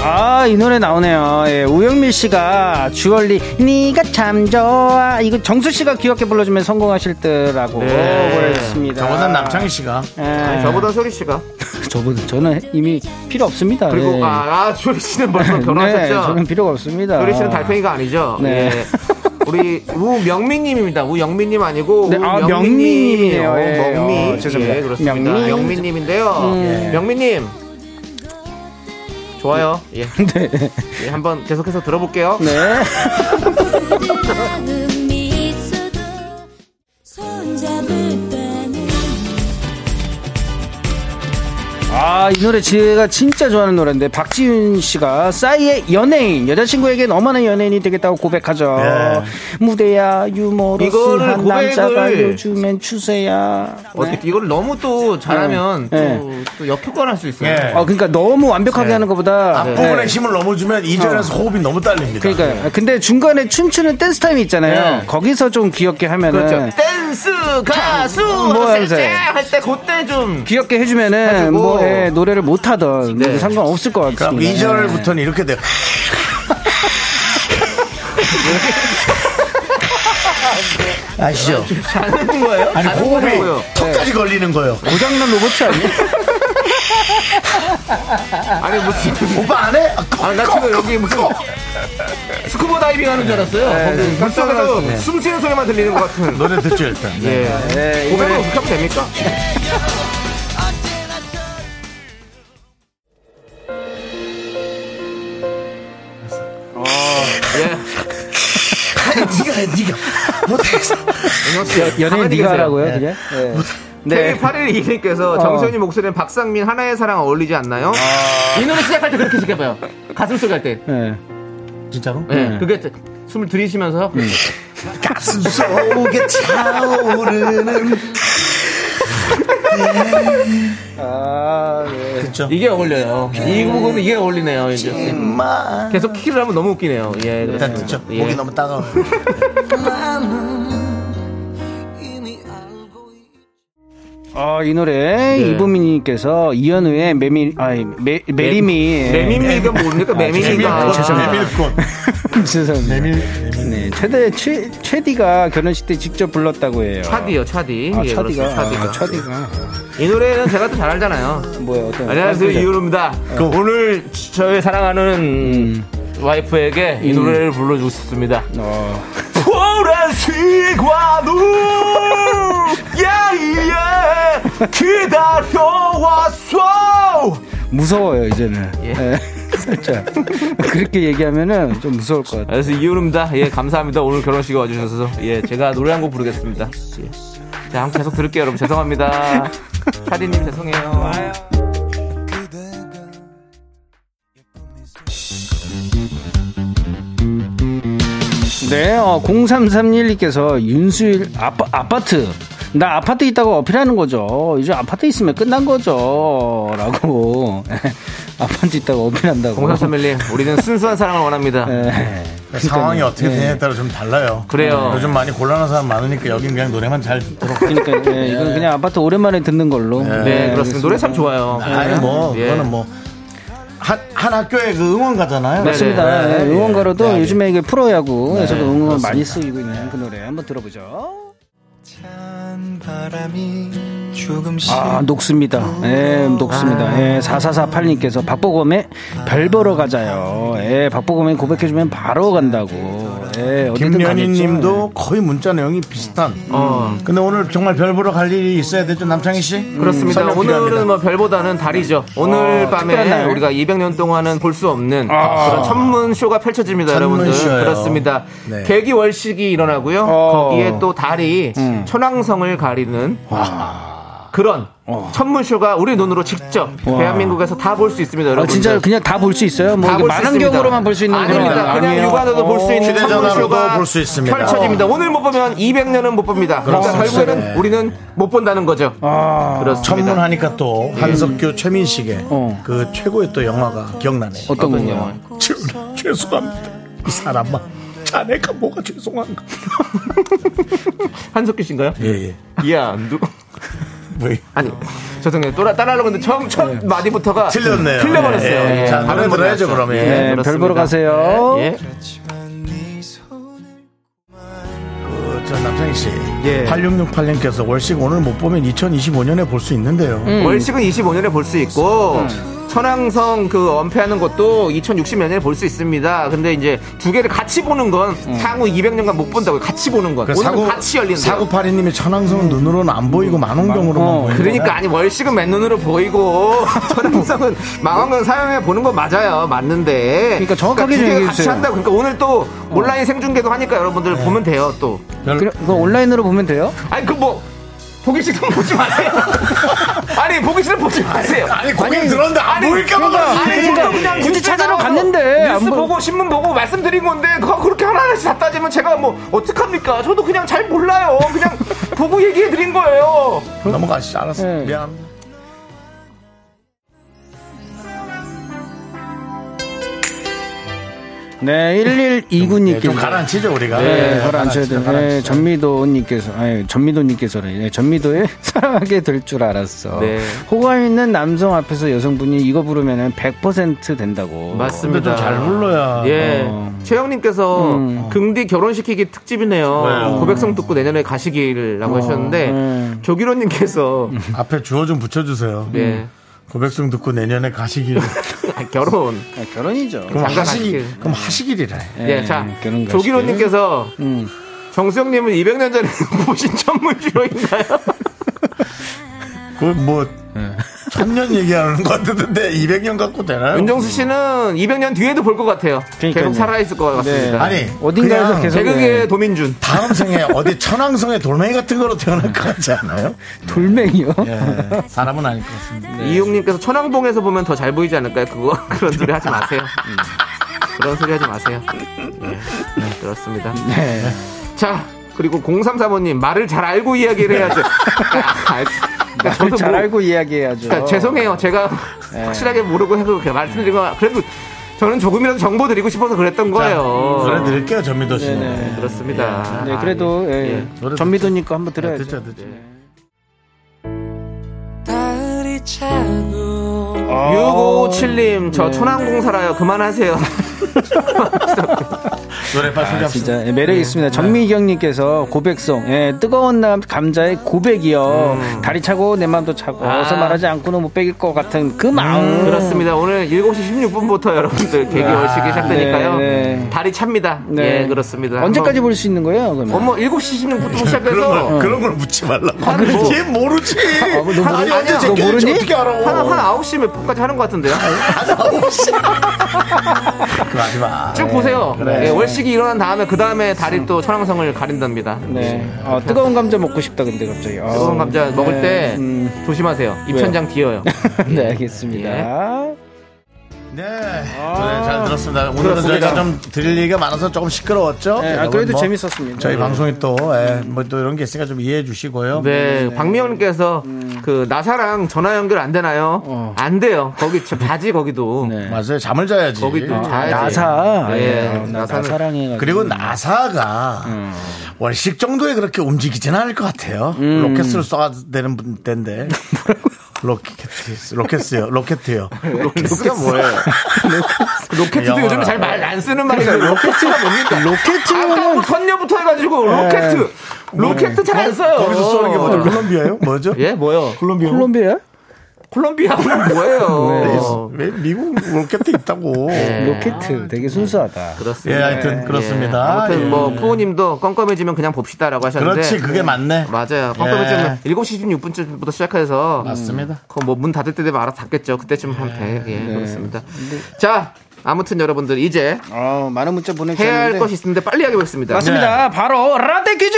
S7: 아, 이 노래 나오네요. 예, 우영미 씨가 주얼리 네가 참 좋아. 이거 정수 씨가 귀엽게 불러주면 성공하실 때라고
S2: 네.
S7: 보냈습니다.
S1: 저보단 남창희 씨가
S7: 예.
S2: 아니, 저보다 소리 씨가
S7: 저보다 저는 이미 필요 없습니다.
S2: 그리고
S7: 예.
S2: 아, 아 소리 씨는 벌써
S7: 네,
S2: 결혼하셨죠?
S7: 저는 필요가 없습니다.
S2: 소리 씨는 달팽이가 아니죠?
S7: 네.
S2: 예. 우리 우명민님입니다. 우영민님 아니고
S7: 네, 아,
S2: 우명민님이에요.
S7: 명민님이네요. 예,
S2: 명민.
S7: 어, 죄송합니다.
S2: 예, 그렇습니다.
S7: 명민.
S2: 명민. 님인데요
S7: 예.
S2: 명민님. 좋아요.
S7: *laughs*
S2: 예. 예, 한번 계속해서 들어볼게요.
S7: 네.
S5: 그
S4: 작은 미소도 손잡을 때는
S7: 아, 이 노래 제가 진짜 좋아하는 노래인데 박지윤 씨가 싸이의 연예인 여자친구에겐 어마한 연예인이 되겠다고 고백하죠. 무대야
S2: 네. 이거를
S7: 유머러스한 남자가
S2: 고백을
S7: 요즘엔 추세야.
S2: 어,
S7: 네.
S2: 이걸 너무 또 잘하면
S7: 네.
S2: 또, 또 역효과를 할 수 있어요.
S1: 예.
S7: 어, 그러니까 너무
S2: 네.
S7: 완벽하게 하는 것보다
S2: 아.
S1: 앞부분에
S7: 네.
S1: 힘을 너무 주면 이절에서 호흡이 너무 딸립니다
S7: 그러니까
S2: 네.
S7: 요 근데 중간에 춤추는 댄스 타임이 있잖아요.
S1: 네.
S7: 거기서 좀 귀엽게 하면은
S2: 그렇죠. 댄스 가수
S7: 네. 뭐 하면서요?
S2: 할때 그때 좀
S7: 귀엽게 해주면은
S2: 해주고.
S7: 뭐 예, 노래를 못 하던 뭐
S2: 네.
S7: 상관 없을 것 같습니다. 네.
S1: 그럼 이절부터는 이렇게 돼요 *laughs* 아시죠?
S2: 자는 거예요?
S1: 아니
S2: 자는
S1: 호흡이
S2: 거라고요. 네.
S1: 턱까지 걸리는 거예요
S7: 고장난 로봇이 아니에요?
S2: 아니 무슨
S1: 오빠 안 해? 아, 꺼,
S2: 아나
S1: 꺼,
S2: 지금 여기 무슨 스쿠버 다이빙 하는 줄 알았어요. 거기 물속에서 숨 쉬는 소리만 들리는 것 같은.
S1: 노래 듣죠 일단
S2: 예.
S7: 네,
S2: 고백을 어떻게 하면 됩니까?
S1: 네가 해 네가 못하겠어
S7: 연예인
S2: 가만히
S7: 네가
S2: 계세요.
S7: 하라고요, 어. 그냥? 예.
S2: 네. 812님께서 정선이 목소리는 박상민 하나의 사랑 어울리지 않나요?
S7: 아.
S2: 이 노래 시작할 때 그렇게 시켜봐요. 가슴 속에 할 때.
S7: 예.
S1: 진짜로?
S2: 예.
S7: 네.
S2: 그게 또 숨을 들이쉬면서
S7: 음.
S1: 가슴 속에 차오르는
S7: 아, 네.
S1: 그쵸
S2: 예. 이게 어울려요. 이 부분은 이게 어울리네요. 이제.
S1: 마
S2: 계속 키를 하면 너무 웃기네요. 예.
S1: 일단
S2: 그렇습니다.
S1: 듣죠
S2: 예.
S1: 목이 너무 따가워요
S7: 아, 이 노래
S2: 네.
S7: 이보미님께서 이현우의 메미, 아, 메, 메리미.
S2: 메밀미가
S7: 네. 아,
S2: 뭡니까? 메밀미가.
S1: 메밀- 메밀꽃
S7: *laughs* 죄송합니다.
S1: 메밀
S7: 네, 최대 최 최디가 결혼식 때 직접 불렀다고 해요.
S2: 차디요, 차디.
S7: 아,
S2: 예,
S7: 차디가.
S2: 그렇습니다. 차디가.
S7: 아, 차디가. 네,
S2: 이 노래는 제가 또 잘 알잖아요.
S7: 뭐야, 어떤.
S2: 안녕하세요, 이효로입니다.
S7: 네.
S2: 그 오늘 저의 사랑하는 와이프에게 이 노래를 불러주고 싶습니다.
S7: 음. 어.
S2: 보라색과 눈, 야이야, 기다려왔어.
S7: 무서워요 이제는.
S2: 예.
S7: 예. *laughs* 살짝 그렇게 얘기하면은 좀 무서울 것 같아.
S2: 그래서 이효로입니다. 예, 감사합니다. 오늘 결혼식에 와주셔서. 예, 제가 노래 한 곡 부르겠습니다. 예. 자, 한번 계속 들을게요, 여러분. 죄송합니다. 차디님 죄송해요.
S7: 네, 어, 0331님께요 윤수일 아파, 아파트 나 아파트 있다고 어필하는 거죠. 요즘 아파트 있으면 끝난 거죠라고 *laughs* 아파트 있다고 어필한다고.
S2: 공사선배님, 우리는 순수한 사랑을 원합니다. 네,
S7: 예.
S1: 상황이 어떻게 되냐에 따라 좀 달라요. 네,
S2: 그래요.
S1: 요즘 많이 곤란한 사람 많으니까 여긴 그냥 노래만 잘 들어.
S7: 그러니까 예, 이건 그냥 아파트 오랜만에 듣는 걸로.
S2: 네,
S7: 예,
S2: 그렇습니다. 노래 참 좋아요.
S1: 아니 뭐
S2: 예.
S1: 그거는 뭐 한 한 학교의 그 응원가잖아요.
S7: 맞습니다. 예,
S1: 네, 네.
S7: 응원가로도
S1: 네, 네.
S7: 요즘에 이게 프로야구에서도 응원 많이 쓰이고 있는 그 노래 한번 들어보죠.
S6: 찬 바람이 조금씩
S7: 아, 녹습니다. 예, 녹습니다. 예, 4448님께서 박보검의 별 보러 가자요. 예, 박보검이 고백해주면 바로 간다고. 예, 어디든
S1: 김연희님도 거의 문자 내용이 비슷한.
S2: 어.
S1: 근데 오늘 정말 별 보러 갈 일이 있어야 되죠 남창희 씨?
S2: 그렇습니다.
S1: 설명
S2: 오늘은
S1: 필요합니다.
S2: 뭐 별보다는 달이죠. 오늘
S7: 특별한
S2: 밤에
S7: 날.
S2: 우리가 200년 동안은 볼 수 없는 그런 천문 쇼가 펼쳐집니다,
S1: 천문
S2: 여러분들.
S1: 쇼예요.
S2: 그렇습니다.
S1: 네.
S2: 개기월식이 일어나고요.
S7: 어.
S2: 거기에 또 달이 천왕성을 가리는 그런 천문 쇼가 우리 눈으로 직접 대한민국에서 다 볼 수 있습니다,
S7: 가겠죠. 아,
S2: 여러분.
S7: 진짜 그냥 다 볼 수 있어요? 뭐
S2: 다
S7: 이게
S2: 볼수 있습니다.
S7: 만원경으로만 볼 수 있는
S2: 아닙니다.
S7: 거는
S2: 그냥
S7: 아니에요.
S2: 육안으로도 볼 수 있는
S1: 휴대전화로도
S2: 선물쇼가
S1: 볼수 있습니다.
S2: 펼쳐집니다. 오늘 못 보면 200년은 못 봅니다. 그러니까
S1: 그렇습니다.
S2: 결국에는
S1: 네. 아,
S2: 우리는 못 본다는 거죠. 그렇습니다.
S1: 천문하니까 또 한석규 최민식의
S7: 어.
S1: 그 최고의 또 영화가 기억나네요.
S7: 어떤 거요?
S1: 최- 죄송합니다. 이 사람아. 자네가 뭐가 죄송한가?
S2: 한석규 씨인가요?
S1: 예, 예.
S2: 이야, 안 누...
S1: 왜?
S2: 아니, 죄송해요. 따라, 따라하려고 했는데 처음, 처음 마디부터가.
S1: 네. 틀렸네요.
S2: 아, 틀려버렸어요.
S1: 예, 예. 자,
S2: 발음
S1: 노래 들어야죠,
S2: 몰랐어요.
S1: 그러면. 예,
S7: 네,
S2: 그렇습니다.
S7: 별 보러 가세요.
S2: 예.
S6: 그렇지만 네 손을
S1: 그, 저 남창희 씨.
S2: 예.
S1: 8668님께서 월식 오늘 못 보면 2025년에 볼 수 있는데요.
S7: 음.
S2: 월식은 25년에 볼 수 있고 천왕성 그 언패하는 것도 2060년에 볼 수 있습니다. 근데 이제 두 개를 같이 보는 건
S7: 음.
S2: 향후 200년간 못 본다고 같이 보는 건
S1: 그
S2: 오늘
S7: 그러니까
S2: 같이 열린다.
S1: 사구팔이님이 천왕성은 눈으로는 안 보이고 만원경으로만 보이는
S2: 그러니까 아니 월식은 맨눈으로
S7: *laughs*
S2: 보이고 천왕성은 망원경 사용해 보는 거 맞아요. 맞는데.
S7: 그러니까 정확하게
S2: 두 개가
S7: 얘기해
S2: 같이
S7: 주세요. 어. 네.
S2: 한다고. 그러니까 오늘 또 온라인 생중계도 하니까 여러분들 보면 돼요. 또.
S7: 그, 거 온라인으로 보면 돼요?
S2: 아니 그 뭐 *laughs* 보기식은 보지
S7: *laughs*
S2: 마세요. 아니 보기식은 보지 마세요.
S1: 아니 고객 들었는데 안 보일까봐
S7: 그러니까.
S1: 그러지.
S2: 아니 저도 그냥
S7: 굳이
S2: 뉴스
S7: 찾으러
S2: 나가서
S7: 갔는데 안
S2: 뉴스
S7: 보-
S2: 보고 신문 보고 말씀드린 건데 그거 그렇게 하나하나씩 다 따지면 제가 뭐 어떡합니까? 저도 그냥 잘 몰라요. 그냥 보고 얘기해 드린 거예요.
S1: 넘어가시죠. 알았어.
S7: 네.
S1: 미안.
S7: 네, 1129님께서.
S1: 네, 좀 가라앉히죠 우리가.
S7: 네,
S1: 네,
S7: 바로 앉혀야 그러니까. 돼요.
S1: 가라앉히죠,
S7: 네,
S1: 가라앉히죠.
S7: 전미도님께서, 아니, 전미도님께서는, 네, 전미도에 *laughs* 사랑하게 될 줄 알았어.
S2: 네.
S7: 호감 있는 남성 앞에서 여성분이 이거 부르면 100% 된다고.
S1: 근데 좀 잘 불러야.
S2: 예.
S7: 어.
S2: 최영님께서 긍디 결혼시키기 특집이네요. 어.
S1: 왜요?
S2: 고백성 듣고 내년에 가시길라고 하셨는데
S7: 음.
S2: 조기로님께서
S1: 앞에 주어 좀 붙여주세요.
S2: 예.
S1: 고백송 듣고 내년에 가시길.
S2: 결혼
S7: 아, 결혼이죠.
S1: 그럼
S2: 잠깐
S1: 하시길.
S2: 가시길.
S1: 그럼 하시길이래.
S2: 예, 자,
S7: 결혼 가시길.
S2: 조기로님께서
S7: 음.
S2: 정수영님은 200년 전에 *laughs* 보신 천문주로인가요?
S1: 그뭐 천년 얘기하는 것 같은데 200년 갖고 되나요?
S2: 윤정수 씨는 200년 뒤에도 볼 것 같아요.
S7: 어. 그러니까요.
S2: 계속 살아있을 것 같습니다.
S1: 아니
S7: 네. 어딘가에서
S1: 그냥
S7: 계속-
S2: 개그계의
S7: 네.
S2: 도민준.
S1: 다음 생에 어디 천왕성의 돌멩이 같은 거로 태어날 것 같지 않아요?
S7: 돌멩이요?
S1: 예, 사람은 아닐 것 같습니다.
S7: 네.
S2: 이용님께서 천왕봉에서 보면 더 잘 보이지 않을까요? 그거 *laughs* 그런 소리 하지 마세요. 음. 그런 소리 하지 마세요. 예. 네, 그렇습니다.
S7: 네.
S2: 자, 그리고 0335님 말을 잘 알고 이야기를
S7: *laughs*
S2: 해야죠. 아, 알- 그러니까 저도
S7: 잘
S2: 모르-
S7: 알고 네. 이야기해야죠.
S2: 그러니까 죄송해요. 제가 확실하게 모르고 해서 그렇게 말씀드린 거 그래도 저는 조금이라도 정보 드리고 싶어서 그랬던 거예요. 네,
S1: 노래 드릴게요 전미도 씨.
S7: 네네.
S2: 그렇습니다.
S7: 음,
S2: 아,
S7: 네, 그래도, 예, 예.
S1: 노래
S7: 전미도님 거 한번
S1: 네,
S7: 들어야죠.
S1: 듣죠 듣죠.
S3: 달이 차고
S7: 아,
S2: 6557님,
S7: 네.
S2: 저 천왕공 살아요. 그만하세요.
S1: 노래 빨리 소개 합시다.
S7: 진짜 예, 매력 있습니다. 전미경님께서 고백송, 예, 뜨거운 남 감자의 고백이요. 다리 차고 내 마음도 차고
S2: 아.
S7: 어서 말하지 않고는 못 빼길 것 같은 그 마음.
S2: *laughs* 그렇습니다. 오늘 7시 16분부터 여러분들 개기 월식이 시작되니까요.
S7: 네, 네.
S2: 다리 찹니다.
S7: 네.
S2: 예, 그렇습니다.
S7: 언제까지 네, 볼 수 있는 거예요? 그러면?
S2: 한번- 어머, 7시 16분부터
S1: 그런 걸
S2: 시작해서
S1: 그런 걸 묻지 말라고.
S2: 어. 아니, 뭐.
S1: 걔 모르지.
S7: 아, 뭐, 너
S1: 아니
S7: 모르-
S1: 언제
S2: 아니야.
S1: 제끼
S7: 너
S1: 는
S7: 모르니?
S1: 어떻게 알아?
S2: 한, 한 9시 몇 분까지 하는 것 같은데요?
S1: 그거 하지 마.
S7: 네,
S2: 쭉 보세요. 예, 월식이 일어난 다음에, 그 다음에 다리 또 천왕성을 가린답니다.
S7: 네. 어, 뜨거운 감자 먹고 싶다 근데 갑자기. 어.
S2: 뜨거운 감자 먹을
S7: 네,
S2: 때
S7: 음.
S2: 조심하세요. 입천장 뒤어요.
S7: *laughs*
S2: 예.
S7: 네, 알겠습니다.
S1: 네. 노래 잘 들었습니다. 오늘은
S2: 그렇습니다.
S1: 저희가 좀 드릴 얘기가 많아서 조금 시끄러웠죠?
S7: 네, 아,
S1: 여러분,
S7: 그래도
S1: 뭐
S7: 재밌었습니다.
S1: 저희
S7: 네.
S1: 방송이 또, 예, 뭐또 이런 게 있으니까 좀 이해해 주시고요.
S2: 네, 박미영님께서 그 나사랑 전화 연결 안 되나요?
S7: 음. 어.
S2: 안 돼요. 거기 저 바지 거기도.
S7: 네.
S1: 맞아요. 잠을 자야지.
S2: 거기도 자야지.
S7: 나사.
S2: 예,
S7: 예. 아, 나,
S2: 나사는-
S7: 사랑해가지고.
S1: 음. 그리고 나사가 월식 정도에 그렇게 움직이지는 않을 것 같아요.
S2: 음.
S1: 로켓을 쏴야 되는 분- 때인데. 로켓, 로켓이요. 로켓이요.
S2: 그 로켓가 뭐예요? 로켓도
S1: 영어라.
S2: 요즘 잘 말 안 쓰는 말인데
S1: 네.
S2: 로켓이가 뭡니까? 아까 뭐
S7: 로켓이면은
S2: 선녀부터 해가지고 로켓, 로켓 잘 안 써요.
S1: 네.
S2: 어.
S1: 거기서 쏘는 게 뭐죠? 콜롬비아요? 뭐죠?
S2: 예, 뭐요?
S1: 콜롬비아.
S7: 콜롬비아?
S1: *laughs*
S2: 콜롬비아는
S1: 네.
S2: 뭐예요?
S1: 왜 미국 로켓이 있다고.
S2: *laughs* 예.
S7: 로켓 되게 순수하다.
S1: 예,
S2: 그렇습니다.
S1: 하여튼
S2: 예,
S1: 그렇습니다.
S2: 아무튼 뭐
S1: 예.
S2: 프로님도 껌껌해지면 그냥 봅시다라고 하셨는데
S1: 그렇지, 그게 맞네.
S2: 맞아요.
S1: 예.
S2: 껌껌해지면 7시 16분쯤부터 시작해서 음,
S1: 맞습니다. 네.
S2: 그뭐문 닫을 때 되면 알아서 닫겠죠. 그때쯤 한 100. 예, 그렇습니다. 자, 아무튼 여러분들 이제
S7: 어, 많은 문자
S2: 해야 할
S7: 보내주셨는데.
S2: 것이 있는데 빨리 하게 보겠습니다.
S7: 맞습니다. 바로 라떼 퀴즈!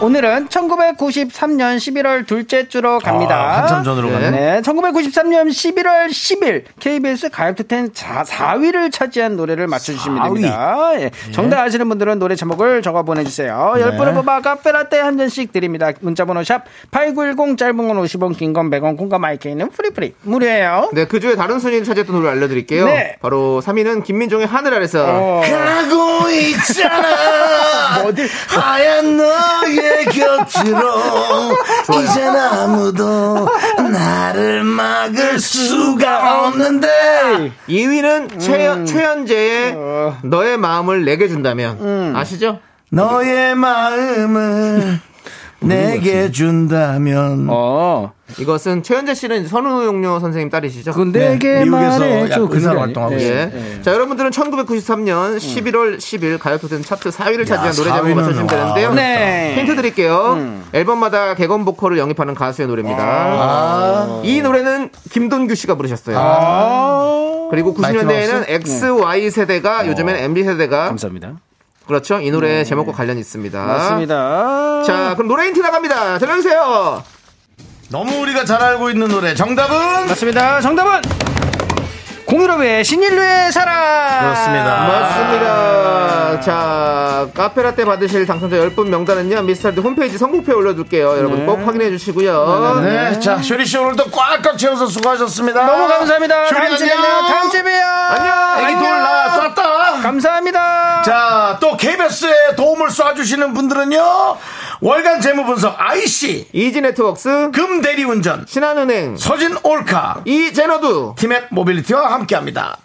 S7: 오늘은 1993년 11월 둘째 주로 갑니다.
S1: 아, 한참 전으로
S7: 네.
S1: 갔네.
S7: 네, 1993년 11월 10일 KBS 가요투텐 4위를 차지한 노래를 맞춰주시면 됩니다. 예. 네. 정답 아시는 분들은 노래 제목을 적어 보내주세요. 열 10분을 뽑아 카페라떼 한 잔씩 드립니다. 문자번호 샵8910 짧은 건 50원 긴 건 100원 콩과 마이크는 프리프리 무료예요.
S2: 네, 그 주에 다른 순위 차지했던 노래 알려드릴게요.
S7: 네. 어.
S2: 바로 3위는 김민종의 하늘 아래서.
S1: 가고 *laughs* 있잖아.
S7: 어디?
S1: 하얀 너의 곁으로 이젠 아무도 나를 막을 수가 없는데
S7: 음.
S2: 2위는 최연, 최연재의
S7: 어.
S2: 너의 마음을 내게 준다면. 아시죠?
S1: 너의 *laughs* 마음을 내게 준다면
S7: 어.
S2: 이것은 최연재 씨는 선우용료 선생님 딸이시죠?
S7: 내게
S1: 미국에서
S7: 말해줘.
S1: 약
S7: 그
S1: 의사로
S7: 노래.
S1: 활동하고
S7: 네.
S1: 있어요.
S2: 예. 자, 여러분들은 1993년 11월 10일 가요토텐 차트 4위를 차지한 노래
S1: 4위는
S2: 제목을 맞춰주시면
S1: 와,
S2: 되는데요.
S7: 네.
S2: 힌트 드릴게요. 앨범마다 개건 보컬을 영입하는 가수의 노래입니다. 이 노래는 김동규 씨가 부르셨어요. 그리고
S1: 마이클
S2: 90년대에는 XY 세대가 요즘엔 MB 세대가
S7: 감사합니다.
S2: 그렇죠. 이 노래 제목과 관련이 있습니다.
S7: 맞습니다.
S2: 자, 그럼 노래 힌트 나갑니다. 들어주세요.
S1: 너무 우리가 잘 알고 있는 노래 정답은
S7: 맞습니다. 정답은 공유럽의 신인류의 사랑.
S2: 맞습니다. 자, 카페라떼 받으실 당첨자 10분 명단은요, 미스터드 홈페이지 선곡표에 올려둘게요. 여러분 꼭 확인해 주시고요.
S1: 네, 자 쇼리 씨 오늘도 꽉꽉 채워서 수고하셨습니다.
S7: 너무 감사합니다.
S1: 쇼리
S7: 다음 주에
S1: 안녕.
S7: 봬요. 다음 주에 봬요.
S1: 안녕. 애기 돌 나와 쌌다.
S7: 감사합니다.
S1: 자, 또 KBS에 도움을 쏴주시는 분들은요, 월간 재무분석 IC,
S2: 이지 네트웍스,
S1: 금대리운전,
S2: 신한은행,
S1: 서진 올카,
S2: 이제너두.
S1: 티맵 모빌리티와 함께 합니다.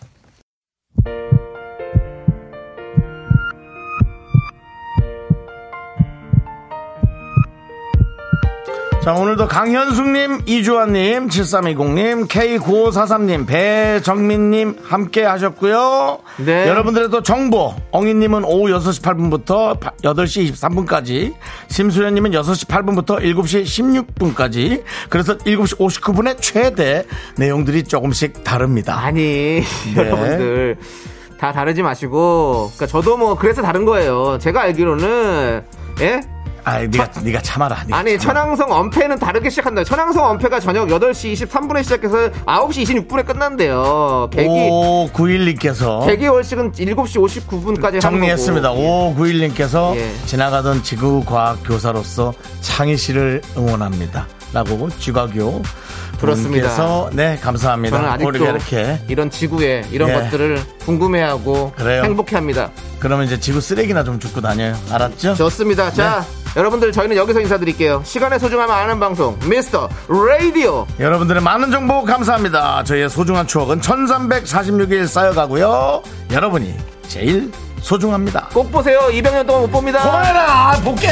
S1: 자, 오늘도 강현숙님, 이주환님, 7320님, K9543님, 배정민님 함께 하셨고요.
S2: 네.
S1: 여러분들의 또 정보, 엉이님은 오후 6시 8분부터 8시 23분까지, 심수련님은 6시 8분부터 7시 16분까지, 그래서 7시 59분에 최대 내용들이 조금씩 다릅니다.
S2: 아니,
S1: 네.
S2: 여러분들. 다 다르지 마시고. 그러니까 저도 뭐, 그래서 다른 거예요. 제가 알기로는, 예?
S1: 아, 네가 네가 참아라. 네가
S2: 아니
S1: 참아라.
S2: 천왕성 언패는 다르게 시작한다. 천왕성 언패가 저녁 8시 23분에 시작해서 9시 26분에 끝난대요. 개기
S1: 오 91님께서
S2: 개기 월식은 7시 59분까지
S1: 정리했습니다. 오 91님께서
S2: 예.
S1: 지나가던 지구과학 교사로서 창희 씨를 응원합니다. 라고 지과교
S2: 그렇습니다.
S1: 분께서 네 감사합니다.
S2: 저는 아직도
S1: 우리가 이렇게
S2: 이런 지구에 이런
S1: 예.
S2: 것들을 궁금해하고
S1: 그래요.
S2: 행복해합니다.
S1: 그러면 이제 지구 쓰레기나 좀 줍고 다녀요. 알았죠?
S2: 좋습니다. 자
S1: 네.
S2: 여러분들 저희는 여기서 인사드릴게요. 시간의 소중함을 아는 방송 미스터 라디오.
S1: 여러분들의 많은 정보 감사합니다. 저희의 소중한 추억은 1346일 쌓여가고요. 여러분이 제일 소중합니다. 아,
S2: 꼭 보세요. 200년 동안 못 봅니다.
S1: 고마워라 볼게.